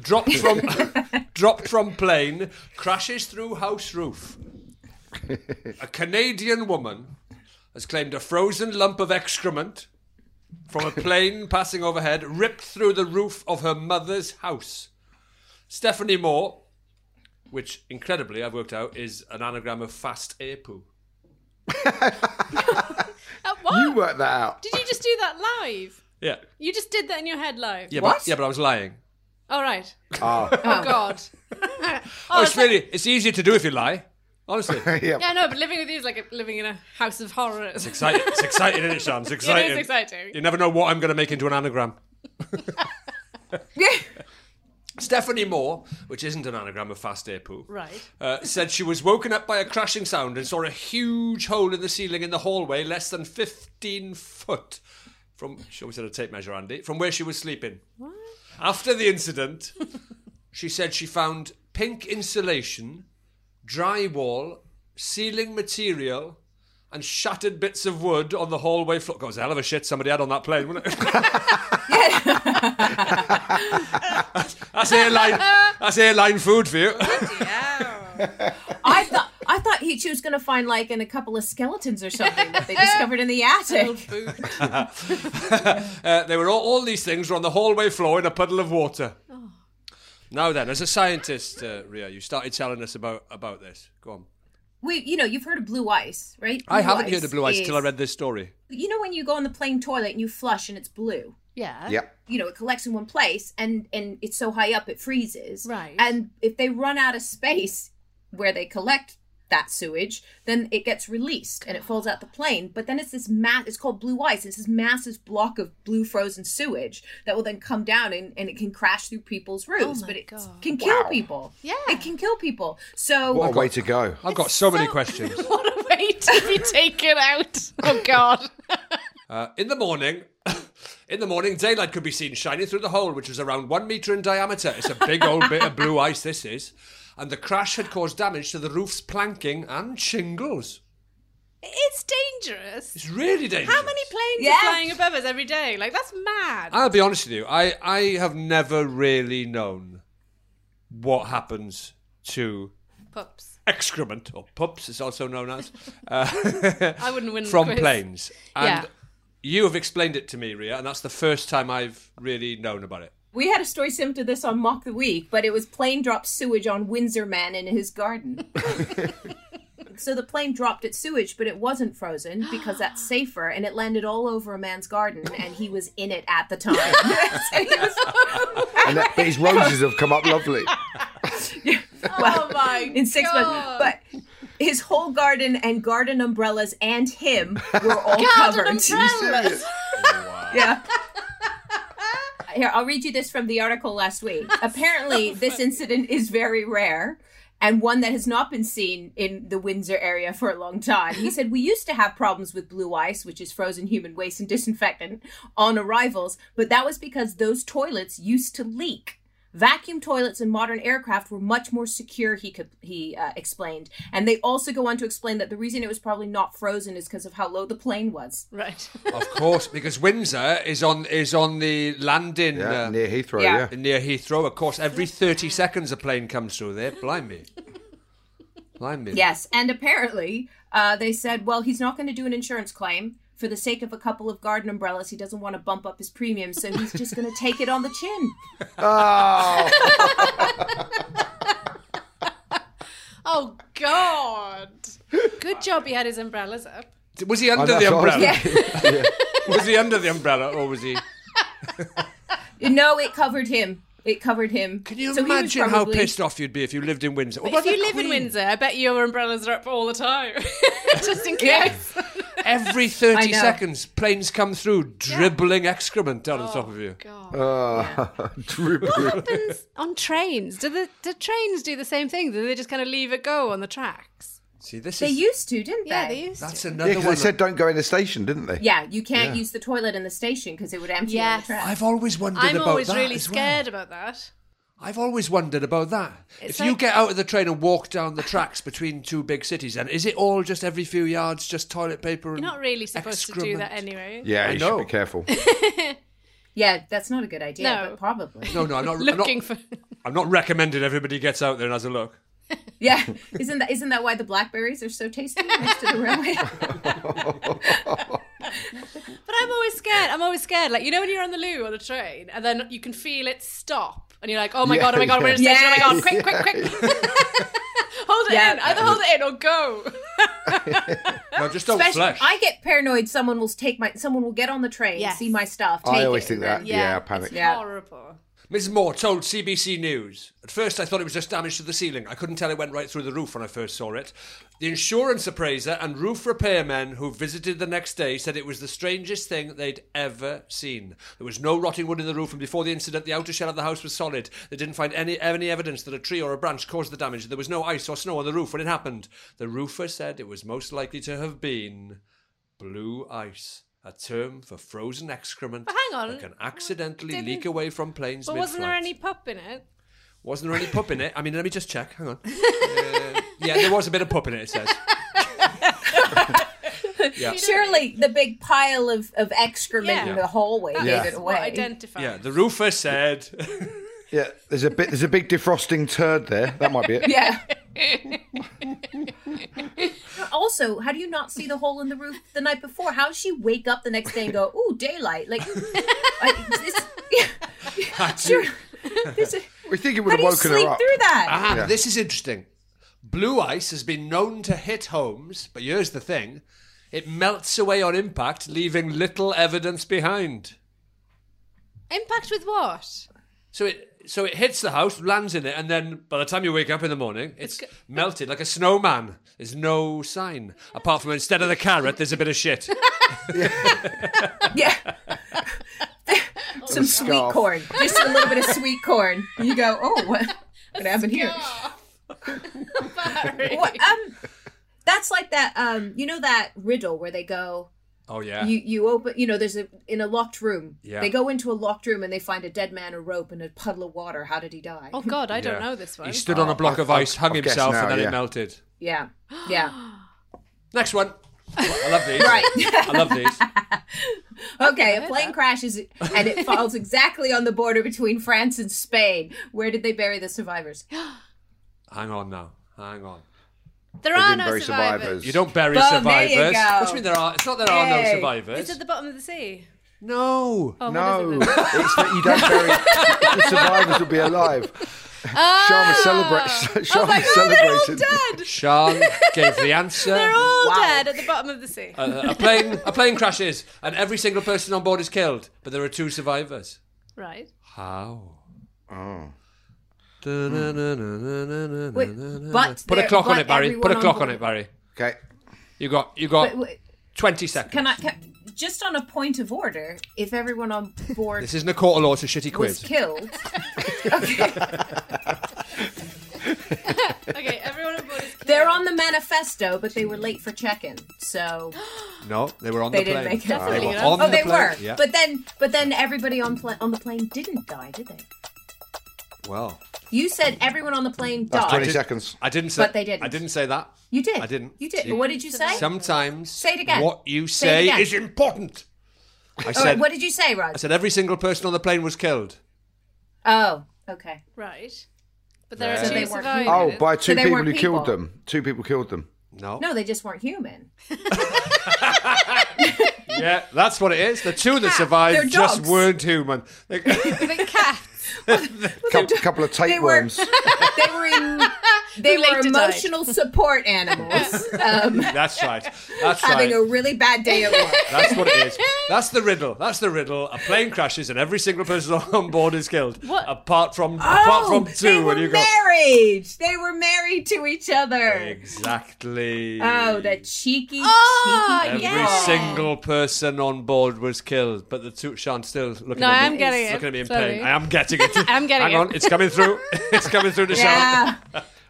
[SPEAKER 9] Dropped from dropped from plane, crashes through house roof. A Canadian woman has claimed a frozen lump of excrement from a plane passing overhead ripped through the roof of her mother's house. Stephanie Moore, which incredibly I've worked out is an anagram of fast air poo.
[SPEAKER 7] what?
[SPEAKER 8] You worked that out.
[SPEAKER 7] Did you just do that live?
[SPEAKER 9] Yeah.
[SPEAKER 7] You just did that in your head live.
[SPEAKER 9] Yeah, But, yeah, but I was lying.
[SPEAKER 7] All right.
[SPEAKER 9] Oh.
[SPEAKER 8] Ah,
[SPEAKER 7] Oh God.
[SPEAKER 9] Oh, it's really it's easier to do if you lie. Honestly.
[SPEAKER 7] Yeah, no, but living with you is like living in a house of horrors.
[SPEAKER 9] It's exciting. It's exciting, isn't it, Sean? It's
[SPEAKER 7] It is
[SPEAKER 9] exciting.
[SPEAKER 7] exciting.
[SPEAKER 9] You never know what I'm going to make into an anagram. Stephanie Moore, which isn't an anagram of fast air poo,
[SPEAKER 7] Right.
[SPEAKER 9] uh, said she was woken up by a crashing sound and saw a huge hole in the ceiling in the hallway, less than 15 foot from, she always had a tape measure, Andy, from where she was sleeping. After the incident, she said she found pink insulation, drywall, ceiling material, and shattered bits of wood on the hallway floor. God, it was a hell of a shit somebody had on that plane, wasn't it? that's airline. That's airline food for you.
[SPEAKER 10] I thought I thought he, she was going to find like in a couple of skeletons or something that they discovered in the attic.
[SPEAKER 9] Uh, they were all, all these things were on the hallway floor in a puddle of water. Now then, as a scientist, uh, Ria, you started telling us about about this. Go on.
[SPEAKER 10] We, you know, you've heard of blue ice, right?
[SPEAKER 9] I
[SPEAKER 10] Blue
[SPEAKER 9] haven't heard of blue ice
[SPEAKER 10] is-
[SPEAKER 9] till I read this story.
[SPEAKER 10] You know when you go on the plane toilet and you flush and it's blue.
[SPEAKER 7] Yeah.
[SPEAKER 9] Yep.
[SPEAKER 10] You know, it collects in one place and and it's so high up it freezes.
[SPEAKER 7] Right.
[SPEAKER 10] And if they run out of space where they collect that sewage, then it gets released and it falls out the plane. But then it's this mass it's called blue ice. It's this massive block of blue frozen sewage that will then come down and, and it can crash through people's roofs.
[SPEAKER 7] Oh my
[SPEAKER 10] but it
[SPEAKER 7] God.
[SPEAKER 10] can kill
[SPEAKER 7] Wow.
[SPEAKER 10] people.
[SPEAKER 7] Yeah.
[SPEAKER 10] It can kill people. So
[SPEAKER 8] What a way to go.
[SPEAKER 9] I've got so many questions.
[SPEAKER 7] What a way to be taken out. Oh God.
[SPEAKER 9] Uh, in the morning, in the morning, daylight could be seen shining through the hole, which was around one meter in diameter. It's a big old bit of blue ice. This is, and the crash had caused damage to the roof's planking and shingles.
[SPEAKER 7] It's dangerous.
[SPEAKER 9] It's really dangerous.
[SPEAKER 7] How many planes
[SPEAKER 10] Yeah.
[SPEAKER 7] are flying above us every day? Like that's mad.
[SPEAKER 9] I'll be honest with you. I I have never really known what happens to
[SPEAKER 7] Pups.
[SPEAKER 9] excrement or pups. It's also known as uh,
[SPEAKER 7] I wouldn't win the
[SPEAKER 9] from
[SPEAKER 7] quiz.
[SPEAKER 9] planes. And
[SPEAKER 7] Yeah.
[SPEAKER 9] you have explained it to me, Ria, and that's the first time I've really known about it.
[SPEAKER 10] We had a story similar to this on Mock the Week, but it was plane dropped sewage on Windsor Man in his garden. so the plane dropped its sewage, but it wasn't frozen because that's safer, and it landed all over a man's garden, and he was in it at the time. So he was-
[SPEAKER 8] And that, these roses have come up lovely.
[SPEAKER 7] Oh
[SPEAKER 10] well, in six months, but his whole garden and garden umbrellas and him were all
[SPEAKER 7] Garden
[SPEAKER 10] covered.
[SPEAKER 7] umbrellas. Are you serious?
[SPEAKER 10] Yeah. Here, I'll read you this from the article last week. Apparently, this incident is very rare and one that has not been seen in the Windsor area for a long time. He said, We used to have problems with blue ice, which is frozen human waste and disinfectant, on arrivals, but that was because those toilets used to leak. Vacuum toilets in modern aircraft were much more secure, he could, he uh, explained, and they also go on to explain that the reason it was probably not frozen is because of how low the plane was.
[SPEAKER 7] Right.
[SPEAKER 9] Of course, because Windsor is on is on the landing
[SPEAKER 8] Yeah,
[SPEAKER 9] uh,
[SPEAKER 8] near Heathrow,
[SPEAKER 10] Yeah.
[SPEAKER 8] yeah.
[SPEAKER 9] near Heathrow. Of course, every thirty seconds a plane comes through there. Blind me, blind me.
[SPEAKER 10] Yes, and apparently uh, they said, well, he's not going to do an insurance claim for the sake of a couple of garden umbrellas. He doesn't want to bump up his premium, so he's just going to take it on the chin.
[SPEAKER 8] Oh,
[SPEAKER 7] Oh God! Good job he had his umbrellas up.
[SPEAKER 9] Was he
[SPEAKER 8] Oh,
[SPEAKER 9] under
[SPEAKER 8] that's
[SPEAKER 9] the
[SPEAKER 8] what I
[SPEAKER 9] umbrella?
[SPEAKER 8] was
[SPEAKER 9] Was he under the umbrella, or was he?
[SPEAKER 10] no, it covered him. It covered him.
[SPEAKER 9] Can you
[SPEAKER 10] So he was
[SPEAKER 9] imagine
[SPEAKER 10] probably-
[SPEAKER 9] how pissed off you'd be if you lived in Windsor? What
[SPEAKER 7] If
[SPEAKER 9] about
[SPEAKER 7] you
[SPEAKER 9] the
[SPEAKER 7] live in
[SPEAKER 9] Queen?
[SPEAKER 7] Windsor, I bet your umbrellas are up all the time, just in case.
[SPEAKER 9] every
[SPEAKER 10] I
[SPEAKER 9] thirty
[SPEAKER 10] know.
[SPEAKER 9] seconds planes come through dribbling excrement down
[SPEAKER 7] Oh,
[SPEAKER 9] the top of you.
[SPEAKER 8] uh, dribbling.
[SPEAKER 7] happens on trains? Do the do trains do the same thing? Do they just kind of leave it go on the tracks?
[SPEAKER 9] See, this
[SPEAKER 10] They
[SPEAKER 9] is
[SPEAKER 10] used to, didn't they?
[SPEAKER 7] Yeah, they used
[SPEAKER 9] that's
[SPEAKER 7] to.
[SPEAKER 9] another
[SPEAKER 8] Yeah, 'cause
[SPEAKER 9] one.
[SPEAKER 8] they said don't go in the station, didn't they?
[SPEAKER 10] Yeah, you can't
[SPEAKER 8] Yeah.
[SPEAKER 10] use the toilet in the station because it would empty
[SPEAKER 7] Yes.
[SPEAKER 10] on the track.
[SPEAKER 9] I've always wondered
[SPEAKER 7] I'm
[SPEAKER 9] about
[SPEAKER 7] always
[SPEAKER 9] that
[SPEAKER 7] really
[SPEAKER 9] as well.
[SPEAKER 7] scared about that.
[SPEAKER 9] I've always wondered about that.
[SPEAKER 7] It's
[SPEAKER 9] if you
[SPEAKER 7] like-
[SPEAKER 9] get out of the train and walk down the tracks between two big cities, and is it all just every few yards, just toilet paper
[SPEAKER 7] You're
[SPEAKER 9] and
[SPEAKER 7] not really supposed to do that
[SPEAKER 9] excrement?
[SPEAKER 7] anyway.
[SPEAKER 8] Yeah,
[SPEAKER 9] I
[SPEAKER 8] you
[SPEAKER 9] know.
[SPEAKER 8] should be careful.
[SPEAKER 10] Yeah, that's not a good idea,
[SPEAKER 7] No.
[SPEAKER 10] but probably.
[SPEAKER 9] No, no, I'm not I'm
[SPEAKER 7] Looking
[SPEAKER 9] not,
[SPEAKER 7] for
[SPEAKER 9] I'm not recommending everybody gets out there and has a look.
[SPEAKER 10] Yeah, isn't that isn't that why the blackberries are so tasty next to the railway?
[SPEAKER 7] But I'm always scared. I'm always scared. Like you know when you're on the loo on a train and then you can feel it stop and you're like, oh my
[SPEAKER 8] Yeah,
[SPEAKER 7] god, oh my god, we're in a station.
[SPEAKER 10] yeah.
[SPEAKER 7] Oh my god, quick, quick, quick. hold it
[SPEAKER 10] Yeah.
[SPEAKER 7] in. Either hold it in or go.
[SPEAKER 9] No, just don't
[SPEAKER 10] Especially,
[SPEAKER 9] flush.
[SPEAKER 10] I get paranoid. Someone will take my. Someone will get on the train,
[SPEAKER 7] Yes.
[SPEAKER 10] see my stuff. Take
[SPEAKER 8] I always
[SPEAKER 10] it,
[SPEAKER 8] think
[SPEAKER 10] and
[SPEAKER 8] that.
[SPEAKER 10] then-
[SPEAKER 8] Yeah, I panic.
[SPEAKER 7] It's
[SPEAKER 10] Yeah.
[SPEAKER 7] horrible.
[SPEAKER 9] Mrs. Moore told CBC News. At first, I thought it was just damage to the ceiling. I couldn't tell it went right through the roof when I first saw it. The insurance appraiser and roof repairmen who visited the next day said it was the strangest thing they'd ever seen. There was no rotting wood in the roof, and before the incident, the outer shell of the house was solid. They didn't find any, any evidence that a tree or a branch caused the damage. There was no ice or snow on the roof when it happened. The roofer said it was most likely to have been blue ice. A term for frozen excrement
[SPEAKER 7] But hang on,
[SPEAKER 9] that can accidentally
[SPEAKER 7] didn't-
[SPEAKER 9] leak away from planes
[SPEAKER 7] But wasn't there
[SPEAKER 9] mid-flight.
[SPEAKER 7] any pup in it?
[SPEAKER 9] Wasn't there any pup in it? I mean, let me just check. Hang on. Uh, yeah, there was a bit of pup in it. It says. Yeah.
[SPEAKER 10] Surely the big pile of, of excrement
[SPEAKER 7] Yeah.
[SPEAKER 10] in the hallway
[SPEAKER 7] That
[SPEAKER 8] Yeah.
[SPEAKER 10] gave
[SPEAKER 7] is
[SPEAKER 10] it
[SPEAKER 7] what
[SPEAKER 10] away.
[SPEAKER 7] identifies.
[SPEAKER 9] Yeah, the roofer said.
[SPEAKER 8] Yeah, there's a bit. There's a big defrosting turd there. That might be it.
[SPEAKER 10] yeah. also, how do you not see the hole in the roof the night before? How does she wake up the next day and go, "Ooh, daylight"? Like, I, this, yeah, sure. This,
[SPEAKER 8] We think it
[SPEAKER 10] how
[SPEAKER 8] would have
[SPEAKER 10] do you
[SPEAKER 8] woken
[SPEAKER 10] sleep
[SPEAKER 8] her up.
[SPEAKER 10] through that?
[SPEAKER 9] ah,
[SPEAKER 8] Yeah.
[SPEAKER 9] this is interesting. Blue ice has been known to hit homes, but here's the thing: it melts away on impact, leaving little evidence behind.
[SPEAKER 7] Impact with what?
[SPEAKER 9] So it so it hits the house, lands in it, and then by the time you wake up in the morning, it's, melted like a snowman. There's no sign apart from instead of the carrot, there's a bit of shit.
[SPEAKER 10] Yeah. Some sweet
[SPEAKER 8] scarf.
[SPEAKER 10] corn, just a little bit of sweet corn. And you go, oh, what, what happened here?
[SPEAKER 7] Barry.
[SPEAKER 10] What, um, that's like that. Um, you know that riddle where they go,
[SPEAKER 9] Oh yeah.
[SPEAKER 10] you you open you know there's a in a locked room
[SPEAKER 9] Yeah.
[SPEAKER 10] they go into a locked room and they find a dead man a rope and a puddle of water how did he die
[SPEAKER 7] Oh God, I don't
[SPEAKER 9] Yeah.
[SPEAKER 7] know this one.
[SPEAKER 9] He stood on a block
[SPEAKER 8] I-
[SPEAKER 9] of ice,
[SPEAKER 8] I-
[SPEAKER 9] hung
[SPEAKER 8] Oh, I've guessed
[SPEAKER 9] himself,
[SPEAKER 8] now,
[SPEAKER 9] and then
[SPEAKER 8] yeah.
[SPEAKER 9] it melted.
[SPEAKER 10] yeah yeah
[SPEAKER 9] Next one. I love these.
[SPEAKER 10] Right.
[SPEAKER 9] I love these.
[SPEAKER 10] okay a plane crashes and it falls exactly on the border between france and spain where did they bury the survivors
[SPEAKER 9] Hang on now. Hang on.
[SPEAKER 7] there
[SPEAKER 8] They
[SPEAKER 7] are
[SPEAKER 8] didn't
[SPEAKER 7] no
[SPEAKER 8] bury
[SPEAKER 7] survivors.
[SPEAKER 8] survivors.
[SPEAKER 9] You don't bury
[SPEAKER 10] Boom, there you
[SPEAKER 9] survivors.
[SPEAKER 10] go.
[SPEAKER 9] What do you mean there are? It's not there are no
[SPEAKER 10] Yay.
[SPEAKER 9] survivors.
[SPEAKER 7] It's at the bottom of the sea.
[SPEAKER 9] No.
[SPEAKER 8] Oh, no. It it's that you don't bury the survivors will be alive. Oh. Sean celebrated. Sean
[SPEAKER 7] like, oh,
[SPEAKER 8] celebrated.
[SPEAKER 7] dead.
[SPEAKER 9] Sean gave the answer.
[SPEAKER 7] They're all dead at the bottom of the sea.
[SPEAKER 9] Uh, a plane a plane crashes and every single person on board is killed, but there are two survivors.
[SPEAKER 7] Right.
[SPEAKER 9] How?
[SPEAKER 8] Oh.
[SPEAKER 10] Wait, but
[SPEAKER 9] Put a
[SPEAKER 10] there-
[SPEAKER 9] clock on
[SPEAKER 10] but
[SPEAKER 9] it, Barry.
[SPEAKER 10] everyone
[SPEAKER 9] Put a
[SPEAKER 10] on
[SPEAKER 9] clock on
[SPEAKER 10] board-
[SPEAKER 9] it, Barry.
[SPEAKER 8] Okay.
[SPEAKER 9] You got you got
[SPEAKER 10] Wait, wait.
[SPEAKER 9] twenty seconds.
[SPEAKER 10] Can I? Can, just on a point of order, if everyone on board
[SPEAKER 9] This isn't a court of law, it's a shitty quiz.
[SPEAKER 10] was killed,
[SPEAKER 7] Okay, everyone on board is clear.
[SPEAKER 10] they're on the manifesto, but they were late for check-in, so
[SPEAKER 9] no, they were on
[SPEAKER 10] they
[SPEAKER 9] the plane. Ah,
[SPEAKER 10] didn't make it.
[SPEAKER 9] They were
[SPEAKER 10] oh,
[SPEAKER 9] on the
[SPEAKER 10] they
[SPEAKER 9] plane.
[SPEAKER 10] were.
[SPEAKER 9] Yeah.
[SPEAKER 10] But then, but then everybody on pla- on the plane didn't die, did they?
[SPEAKER 9] well,
[SPEAKER 10] You said everyone on the plane
[SPEAKER 8] That's
[SPEAKER 10] died.
[SPEAKER 8] 20 seconds.
[SPEAKER 9] I didn't say.
[SPEAKER 10] But they didn't.
[SPEAKER 9] I didn't say that.
[SPEAKER 10] You did.
[SPEAKER 9] I didn't.
[SPEAKER 10] You did. What did you say?
[SPEAKER 9] Sometimes.
[SPEAKER 10] Say it again.
[SPEAKER 9] What you
[SPEAKER 10] Say it
[SPEAKER 9] say
[SPEAKER 10] again.
[SPEAKER 9] is important. I
[SPEAKER 10] All right,
[SPEAKER 9] said.
[SPEAKER 10] what did you say, Rod?
[SPEAKER 9] I said every single person on the plane was killed.
[SPEAKER 10] oh, okay.
[SPEAKER 7] Right. But there are
[SPEAKER 10] So
[SPEAKER 7] two
[SPEAKER 10] they weren't
[SPEAKER 7] survivors.
[SPEAKER 8] Oh, by two
[SPEAKER 10] So they
[SPEAKER 8] people
[SPEAKER 10] weren't
[SPEAKER 8] who killed
[SPEAKER 10] people.
[SPEAKER 8] them. Two people killed them.
[SPEAKER 9] No.
[SPEAKER 10] No, they just weren't human.
[SPEAKER 9] Yeah, that's what it is. The two that
[SPEAKER 10] They're
[SPEAKER 9] survived just
[SPEAKER 10] dogs.
[SPEAKER 9] weren't human. They-
[SPEAKER 7] the cats.
[SPEAKER 8] Couple, couple of tapeworms.
[SPEAKER 10] They were in, they
[SPEAKER 7] Who later
[SPEAKER 10] were
[SPEAKER 7] died.
[SPEAKER 10] emotional support animals, um,
[SPEAKER 9] that's right. That's
[SPEAKER 10] having a
[SPEAKER 9] right.
[SPEAKER 10] really bad day at work.
[SPEAKER 9] That's what it is. That's the riddle. That's the riddle. A plane crashes and every single person on board is killed.
[SPEAKER 7] What?
[SPEAKER 9] Apart from apart from two.
[SPEAKER 10] Oh, They were
[SPEAKER 9] and you go
[SPEAKER 10] married. They were married to each other.
[SPEAKER 9] exactly.
[SPEAKER 10] Oh, the cheeky,
[SPEAKER 7] Oh,
[SPEAKER 10] cheeky.
[SPEAKER 9] Every
[SPEAKER 7] yeah.
[SPEAKER 9] single person on board was killed, but the two Sean's still looking
[SPEAKER 7] No,
[SPEAKER 9] at me.
[SPEAKER 7] I am getting
[SPEAKER 9] He's
[SPEAKER 7] it.
[SPEAKER 9] Looking at me in
[SPEAKER 7] Sorry.
[SPEAKER 9] pain. I am getting it.
[SPEAKER 7] I'm getting
[SPEAKER 9] Hang on,
[SPEAKER 7] it.
[SPEAKER 9] it's coming through. It's coming through to Sean.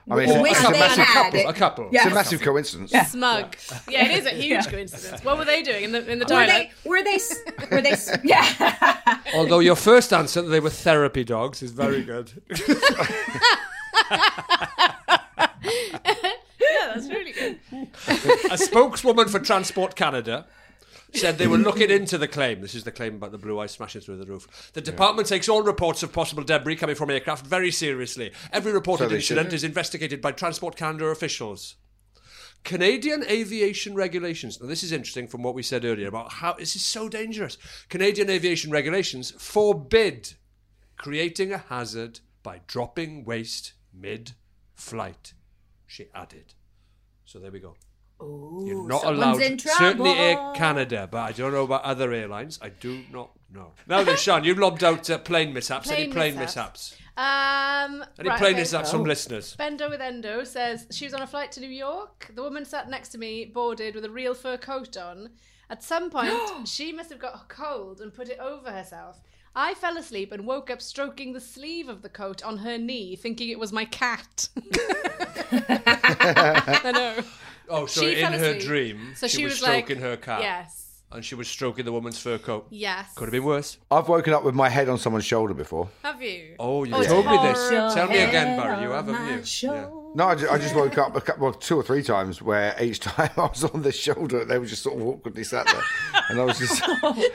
[SPEAKER 10] Yeah.
[SPEAKER 8] I mean, it's a,
[SPEAKER 10] wish
[SPEAKER 8] it's a
[SPEAKER 10] they
[SPEAKER 8] massive
[SPEAKER 10] had
[SPEAKER 8] couple.
[SPEAKER 10] it.
[SPEAKER 9] A couple.
[SPEAKER 10] Yeah.
[SPEAKER 8] It's a massive coincidence.
[SPEAKER 7] Smug. Yeah. it is a huge coincidence. What were they doing in the in the
[SPEAKER 10] Were
[SPEAKER 7] toilet?
[SPEAKER 10] they? Were they? s- Were they? s- Yeah.
[SPEAKER 9] Although your first answer that they were therapy dogs is very good.
[SPEAKER 7] Yeah, that's really good.
[SPEAKER 9] a spokeswoman for Transport Canada said they were looking into the claim. This is the claim about the blue ice smashing through the roof. The department takes all reports of possible debris coming from aircraft very seriously. Every reported
[SPEAKER 8] they should.
[SPEAKER 9] incident is investigated by Transport Canada officials. Canadian aviation regulations. Now, this is interesting from what we said earlier about how this is so dangerous. Canadian aviation regulations forbid creating a hazard by dropping waste mid flight, she added. So there we go. You're not
[SPEAKER 10] someone's
[SPEAKER 9] allowed.
[SPEAKER 10] in
[SPEAKER 9] Certainly Air
[SPEAKER 10] trouble.
[SPEAKER 9] Canada, but I don't know about other airlines. I do not know. Now then, Sean, you've lobbed out uh, plane mishaps. Any
[SPEAKER 7] Plane
[SPEAKER 9] plane mishaps?
[SPEAKER 7] mishaps. Um,
[SPEAKER 9] Any
[SPEAKER 7] right,
[SPEAKER 9] plane
[SPEAKER 7] okay.
[SPEAKER 9] mishaps from listeners?
[SPEAKER 7] Bendo with Endo says she was on a flight to New York. The woman sat next to me, boarded with a real fur coat on. At some point, she must have got a cold and put it over herself. I fell asleep and woke up stroking the sleeve of the coat on her knee, thinking it was my cat. I know.
[SPEAKER 9] Oh, so
[SPEAKER 7] She
[SPEAKER 9] in
[SPEAKER 7] fell
[SPEAKER 9] her
[SPEAKER 7] asleep.
[SPEAKER 9] dream,
[SPEAKER 7] So
[SPEAKER 9] she,
[SPEAKER 7] she
[SPEAKER 9] was,
[SPEAKER 7] was like,
[SPEAKER 9] stroking her cat.
[SPEAKER 7] Yes.
[SPEAKER 9] And she was stroking the woman's fur coat.
[SPEAKER 7] Yes.
[SPEAKER 9] Could have been worse.
[SPEAKER 8] I've woken up with my head on someone's shoulder before.
[SPEAKER 7] Have you?
[SPEAKER 9] Oh, you
[SPEAKER 7] it's
[SPEAKER 9] told me this.
[SPEAKER 7] horrible.
[SPEAKER 9] Tell me again, Barry. You have, haven't you? Yeah.
[SPEAKER 8] No, I ju- I just, woke up a couple, well, two or three times where each time I was on their shoulder, they were just sort of awkwardly sat there, and I was just,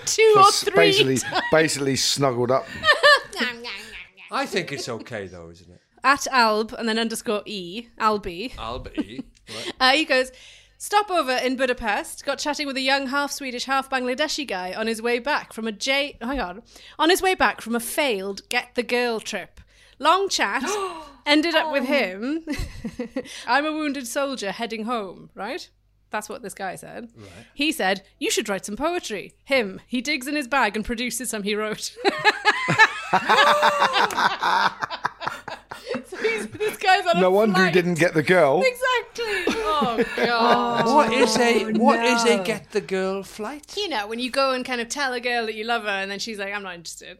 [SPEAKER 7] Two or
[SPEAKER 8] just
[SPEAKER 7] three.
[SPEAKER 8] basically, basically snuggled up.
[SPEAKER 9] I think it's okay, though, isn't it?
[SPEAKER 7] At Alb and then underscore E. Albi.
[SPEAKER 9] I'll be. Right.
[SPEAKER 7] Uh, he goes, stopover in Budapest. Got chatting with a young half Swedish, half Bangladeshi guy on his way back from a J. oh, Hang on, on his way back from a failed get the girl trip. Long chat. ended up
[SPEAKER 8] Um.
[SPEAKER 7] with him. I'm a wounded soldier heading home. Right. That's what this guy said. Right. He said, You should write some poetry. Him. He digs in his bag and produces some he wrote. so he's, this guy's on a
[SPEAKER 8] No wonder he
[SPEAKER 7] flight.
[SPEAKER 8] didn't get the girl.
[SPEAKER 7] Exactly. Oh god.
[SPEAKER 9] What is a what is a get the girl flight?
[SPEAKER 7] Oh, you know when you go and kind of tell a girl that you love her, and then she's like, "I'm not interested,"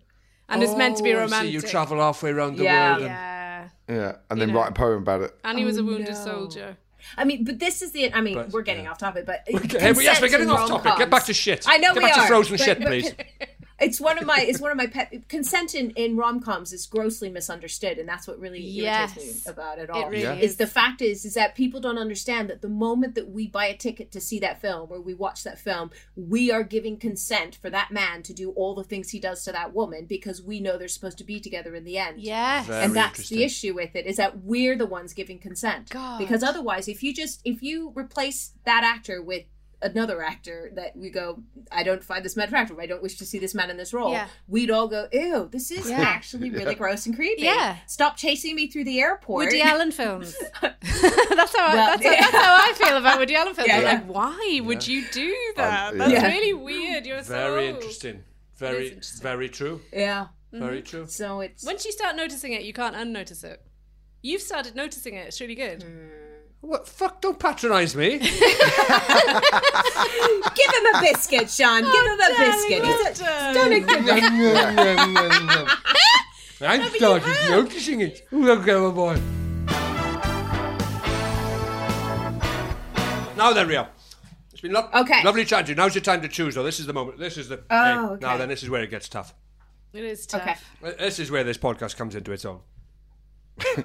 [SPEAKER 7] and it's meant to be
[SPEAKER 9] Oh, I see.
[SPEAKER 7] romantic.
[SPEAKER 9] You travel halfway around the
[SPEAKER 10] Yeah.
[SPEAKER 9] world. And
[SPEAKER 7] Yeah.
[SPEAKER 8] Yeah, and then write a poem about it.
[SPEAKER 7] And he was a wounded soldier.
[SPEAKER 10] I mean, but this is the. I mean,
[SPEAKER 9] But-
[SPEAKER 10] we're getting
[SPEAKER 9] yeah.
[SPEAKER 10] off topic, but
[SPEAKER 9] Hey, we- yes, we're
[SPEAKER 10] consent
[SPEAKER 9] getting
[SPEAKER 10] in
[SPEAKER 9] off topic. Get
[SPEAKER 10] rom-coms.
[SPEAKER 9] back to shit.
[SPEAKER 10] I know
[SPEAKER 9] Get
[SPEAKER 10] we
[SPEAKER 9] back to
[SPEAKER 10] are.
[SPEAKER 9] frozen
[SPEAKER 10] but-
[SPEAKER 9] shit,
[SPEAKER 10] but-
[SPEAKER 9] please.
[SPEAKER 10] It's one of my. It's one of my pet consent in, in rom coms is grossly misunderstood, and that's what really
[SPEAKER 7] Yes.
[SPEAKER 10] irritates me about
[SPEAKER 7] It
[SPEAKER 10] it all.
[SPEAKER 7] really Yeah.
[SPEAKER 10] Is
[SPEAKER 7] is.
[SPEAKER 10] the fact is is that people don't understand that the moment that we buy a ticket to see that film or we watch that film, we are giving consent for that man to do all the things he does to that woman because we know they're supposed to be together in the end
[SPEAKER 7] Yes.
[SPEAKER 9] Very
[SPEAKER 10] and that's the
[SPEAKER 9] interesting.
[SPEAKER 10] issue with it is that we're the ones giving consent
[SPEAKER 7] God.
[SPEAKER 10] because otherwise if you just if you replace that actor with another actor that we go, I don't find this man attractive. I don't wish to see this man in this role.
[SPEAKER 7] Yeah.
[SPEAKER 10] We'd all go, ew, this is
[SPEAKER 7] Yeah.
[SPEAKER 10] actually really
[SPEAKER 7] Yeah.
[SPEAKER 10] gross and creepy.
[SPEAKER 7] Yeah.
[SPEAKER 10] Stop chasing me through the airport.
[SPEAKER 7] Woody Allen films. that's how
[SPEAKER 10] Well,
[SPEAKER 7] I, that's, how- that's how I feel about Woody Allen films.
[SPEAKER 10] Yeah,
[SPEAKER 7] I'm
[SPEAKER 10] yeah.
[SPEAKER 7] Like, why would you do that?
[SPEAKER 9] Um, yeah.
[SPEAKER 7] That's
[SPEAKER 9] Yeah.
[SPEAKER 7] really weird. You're so
[SPEAKER 9] Very
[SPEAKER 7] old.
[SPEAKER 9] interesting. Very, very true.
[SPEAKER 10] Yeah.
[SPEAKER 9] Very
[SPEAKER 7] Mhm.
[SPEAKER 9] true.
[SPEAKER 10] So it's
[SPEAKER 7] Once you start noticing it, you can't unnotice it. You've started noticing it. It's really good.
[SPEAKER 9] What fuck? Don't patronise me.
[SPEAKER 10] Give him a biscuit, Sean. Give
[SPEAKER 7] Oh,
[SPEAKER 10] him a biscuit. He's a, done a good
[SPEAKER 9] I'm started noticing it. Look at my boy. Now there we are. It's been lo-
[SPEAKER 10] Okay.
[SPEAKER 9] lovely chatting to you. Now's your time to choose, though. This is the moment. This is the.
[SPEAKER 10] Oh,
[SPEAKER 9] hey,
[SPEAKER 10] okay.
[SPEAKER 9] Now then, this is where it gets tough.
[SPEAKER 7] It is tough.
[SPEAKER 9] This is where this podcast comes into its own.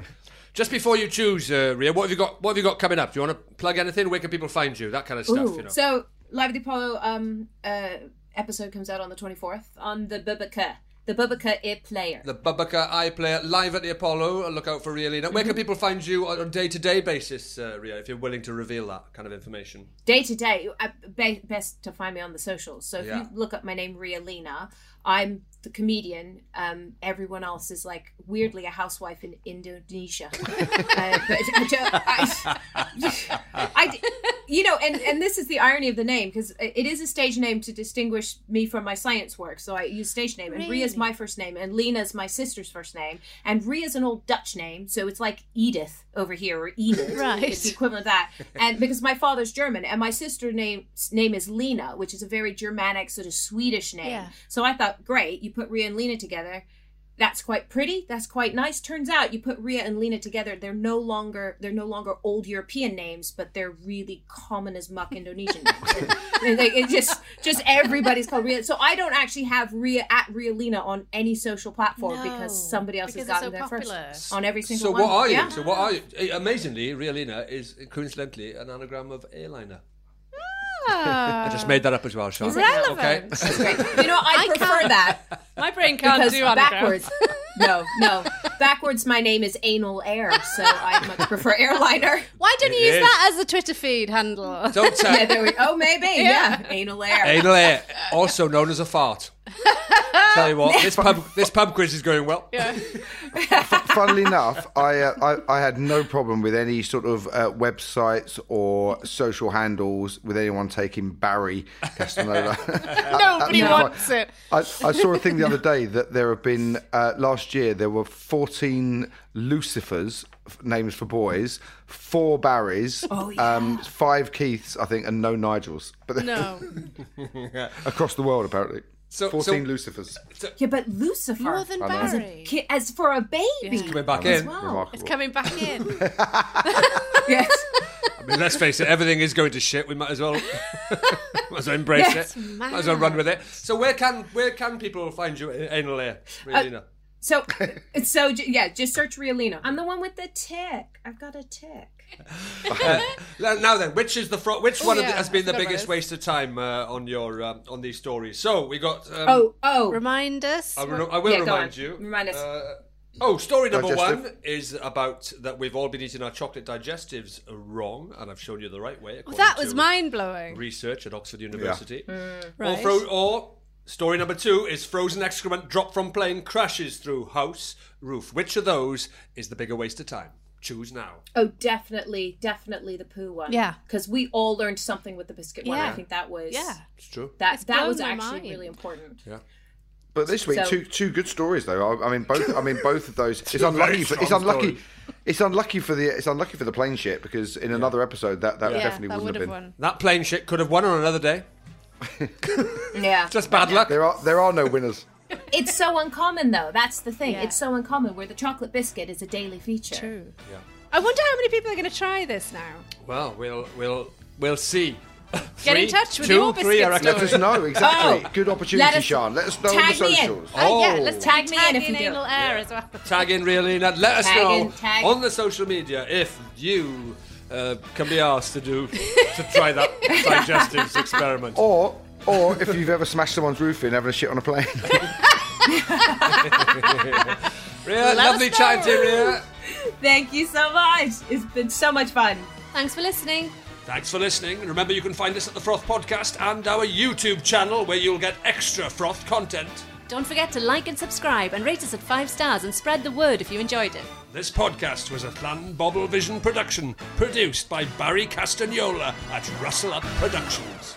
[SPEAKER 9] Just before you choose, uh, Ria, what have you got? What have you got coming up? Do you want to plug anything? Where can people find you? That kind of stuff.
[SPEAKER 10] Ooh.
[SPEAKER 9] You know.
[SPEAKER 10] So Live at the Apollo um uh episode comes out on the twenty fourth on the Bubaka. The Bubaka Ear Player.
[SPEAKER 9] the Bubaka I player live at the Apollo. Look out for Ria Lina. Where
[SPEAKER 10] Mm-hmm.
[SPEAKER 9] can people find you on a day-to-day basis, uh, Ria, if you're willing to reveal that kind of information?
[SPEAKER 10] Day to day, uh, be- best to find me on the socials. So if
[SPEAKER 9] Yeah.
[SPEAKER 10] you look up my name, Ria Lina, I'm the comedian. Um, everyone else is like weirdly a housewife in Indonesia. uh, but I don't, I, d- you know, and and this is the irony of the name because it is a stage name to distinguish me from my science work. So I use stage name, and Ria's my first name, and Lena's my sister's first name, and Ria's an old Dutch name, so it's like Edith over here or Enid,
[SPEAKER 7] Right.
[SPEAKER 10] It's the equivalent of that. And because my father's German, and my sister's name name is Lena, which is a very Germanic sort of Swedish name.
[SPEAKER 7] Yeah.
[SPEAKER 10] So I thought, great, you put Ria and Lena together that's quite pretty that's quite nice turns out you put Rhea and Lena together they're no longer they're no longer old european names but they're really common as muck indonesian names And they- it just just everybody's called Rhea so i don't actually have Rhea at Rhea Lena on any social platform because somebody else
[SPEAKER 7] because
[SPEAKER 10] has gotten
[SPEAKER 7] they're
[SPEAKER 10] there
[SPEAKER 7] so
[SPEAKER 10] first
[SPEAKER 7] popular.
[SPEAKER 10] on every single
[SPEAKER 9] So
[SPEAKER 10] one
[SPEAKER 9] what are you?
[SPEAKER 10] Yeah.
[SPEAKER 9] So what are you? Eh, Amazingly, Rialina is coincidentally an anagram of airliner.
[SPEAKER 7] Ah.
[SPEAKER 9] I
[SPEAKER 10] Uh,
[SPEAKER 9] just made that up as well, Sean.
[SPEAKER 7] Relevant.
[SPEAKER 9] Okay.
[SPEAKER 10] you know i, prefer that
[SPEAKER 7] My brain can't
[SPEAKER 10] because
[SPEAKER 7] do
[SPEAKER 10] backwards no no backwards my name is anal air so i much prefer airliner
[SPEAKER 7] Why don't you
[SPEAKER 9] It
[SPEAKER 7] use
[SPEAKER 9] is.
[SPEAKER 7] that as a Twitter feed handle?
[SPEAKER 9] Don't tell.
[SPEAKER 10] yeah, there we, oh maybe yeah, anal air
[SPEAKER 9] Anal air, also known as a fart. Tell you what, this pub this pub quiz is going well.
[SPEAKER 8] Funnily enough, I, uh, I I had no problem with any sort of uh, websites or social handles with anyone taking Barry Castaneda.
[SPEAKER 7] Nobody
[SPEAKER 8] That's
[SPEAKER 7] wants
[SPEAKER 8] fine.
[SPEAKER 7] it.
[SPEAKER 8] I, I saw a thing the other day that there have been uh, last year there were 14 Lucifers f- names for boys, four Barrys,
[SPEAKER 7] Oh,
[SPEAKER 8] um, five Keiths, I think, and no Nigels. But
[SPEAKER 7] No.
[SPEAKER 8] across the world apparently.
[SPEAKER 9] So-
[SPEAKER 8] 14
[SPEAKER 9] so-
[SPEAKER 8] Lucifers.
[SPEAKER 10] Yeah, but Lucifer.
[SPEAKER 7] More than
[SPEAKER 8] I know.
[SPEAKER 10] as,
[SPEAKER 7] Barry.
[SPEAKER 10] a ki- as for a baby.
[SPEAKER 9] Coming back
[SPEAKER 8] That's
[SPEAKER 9] in.
[SPEAKER 8] remarkable.
[SPEAKER 7] It's coming back in.
[SPEAKER 10] Yes.
[SPEAKER 9] I mean, let's face it, everything is going to shit. We might as well, might as well embrace
[SPEAKER 10] That's
[SPEAKER 9] it. Might as well run with it. So where can where can people find you, eh, Anal air, Rialina?
[SPEAKER 10] So, so j- yeah, just search Rialino. I'm the one with the tick. I've got a tick.
[SPEAKER 9] Now now then, which is the fro- which one of the,
[SPEAKER 7] yeah,
[SPEAKER 9] has been the
[SPEAKER 7] I forgot
[SPEAKER 9] biggest
[SPEAKER 7] about
[SPEAKER 9] waste of time uh, on your um, on these stories? So we got. Um,
[SPEAKER 10] Oh, oh.
[SPEAKER 7] Remind us.
[SPEAKER 9] I, will- I will
[SPEAKER 10] Yeah, go
[SPEAKER 9] remind
[SPEAKER 10] on.
[SPEAKER 9] you.
[SPEAKER 10] Remind us.
[SPEAKER 9] Uh, oh, story number
[SPEAKER 8] Digestive.
[SPEAKER 9] one is about that we've all been eating our chocolate digestives wrong, and I've shown you the right way.
[SPEAKER 7] Well,
[SPEAKER 9] according
[SPEAKER 7] that was
[SPEAKER 9] to
[SPEAKER 7] mind blowing.
[SPEAKER 9] Research at Oxford University. Or,
[SPEAKER 7] Right.
[SPEAKER 9] fro- or story number two is frozen excrement dropped from plane crashes through house roof. Which of those is the bigger waste of time? Choose now.
[SPEAKER 10] oh, definitely, definitely the poo one.
[SPEAKER 7] Yeah.
[SPEAKER 10] Because we all learned something with the biscuit one. I
[SPEAKER 7] Yeah.
[SPEAKER 10] think that was.
[SPEAKER 7] Yeah.
[SPEAKER 9] It's true.
[SPEAKER 10] That
[SPEAKER 7] It's
[SPEAKER 10] that
[SPEAKER 7] blown
[SPEAKER 10] was
[SPEAKER 7] my
[SPEAKER 10] actually
[SPEAKER 7] mind.
[SPEAKER 10] really important.
[SPEAKER 8] But this week,
[SPEAKER 10] So-
[SPEAKER 8] two two good stories though. I, I mean, both. I mean, both of those. It's unlucky. For, it's unlucky.
[SPEAKER 9] stories.
[SPEAKER 8] It's unlucky for the. It's unlucky for the plane shit because in another episode that that
[SPEAKER 7] Yeah,
[SPEAKER 8] definitely
[SPEAKER 7] that would
[SPEAKER 8] wouldn't
[SPEAKER 7] have
[SPEAKER 8] have been.
[SPEAKER 7] won.
[SPEAKER 9] That plane shit could have won on another day.
[SPEAKER 10] Yeah.
[SPEAKER 9] Just bad luck.
[SPEAKER 8] There are there are no winners.
[SPEAKER 10] It's so uncommon though. That's the thing.
[SPEAKER 7] Yeah.
[SPEAKER 10] It's so uncommon where the chocolate biscuit is a daily feature.
[SPEAKER 7] True. I wonder how many people are going to try this now.
[SPEAKER 9] Well, we'll we'll we'll see.
[SPEAKER 7] Get
[SPEAKER 9] Three,
[SPEAKER 7] in touch with
[SPEAKER 9] two,
[SPEAKER 7] your
[SPEAKER 9] three,
[SPEAKER 7] biscuit
[SPEAKER 9] I reckon.
[SPEAKER 8] Let us know exactly.
[SPEAKER 10] Oh.
[SPEAKER 8] good opportunity,
[SPEAKER 10] Let us-
[SPEAKER 8] Sean. Let us know on the
[SPEAKER 10] Tag me in.
[SPEAKER 8] socials.
[SPEAKER 7] Oh, yeah,
[SPEAKER 9] Oh.
[SPEAKER 7] let's
[SPEAKER 10] Tag
[SPEAKER 7] tag,
[SPEAKER 10] me in
[SPEAKER 7] tag
[SPEAKER 10] if
[SPEAKER 7] in
[SPEAKER 10] you do
[SPEAKER 7] anal
[SPEAKER 10] it.
[SPEAKER 7] air as well.
[SPEAKER 9] Tag in really and let us
[SPEAKER 10] Tag
[SPEAKER 9] know
[SPEAKER 10] in, tag-
[SPEAKER 9] on the social media if you uh, can be asked to do to try that digestives experiment.
[SPEAKER 10] Oh.
[SPEAKER 8] Or or if you've ever smashed someone's roof in having a shit on a plane.
[SPEAKER 9] Rhea, lovely
[SPEAKER 10] us know.
[SPEAKER 9] chatting to you, Rhea.
[SPEAKER 10] Thank you so much. It's been so much fun.
[SPEAKER 7] Thanks for listening.
[SPEAKER 9] Thanks for listening. Remember, you can find us at the Froth Podcast and our YouTube channel where you'll get extra Froth content.
[SPEAKER 12] Don't forget to like and subscribe and rate us at five stars and spread the word if you enjoyed it.
[SPEAKER 9] This podcast was a Flan Bobble Vision production, produced by Barry Castagnola at Russell Up Productions.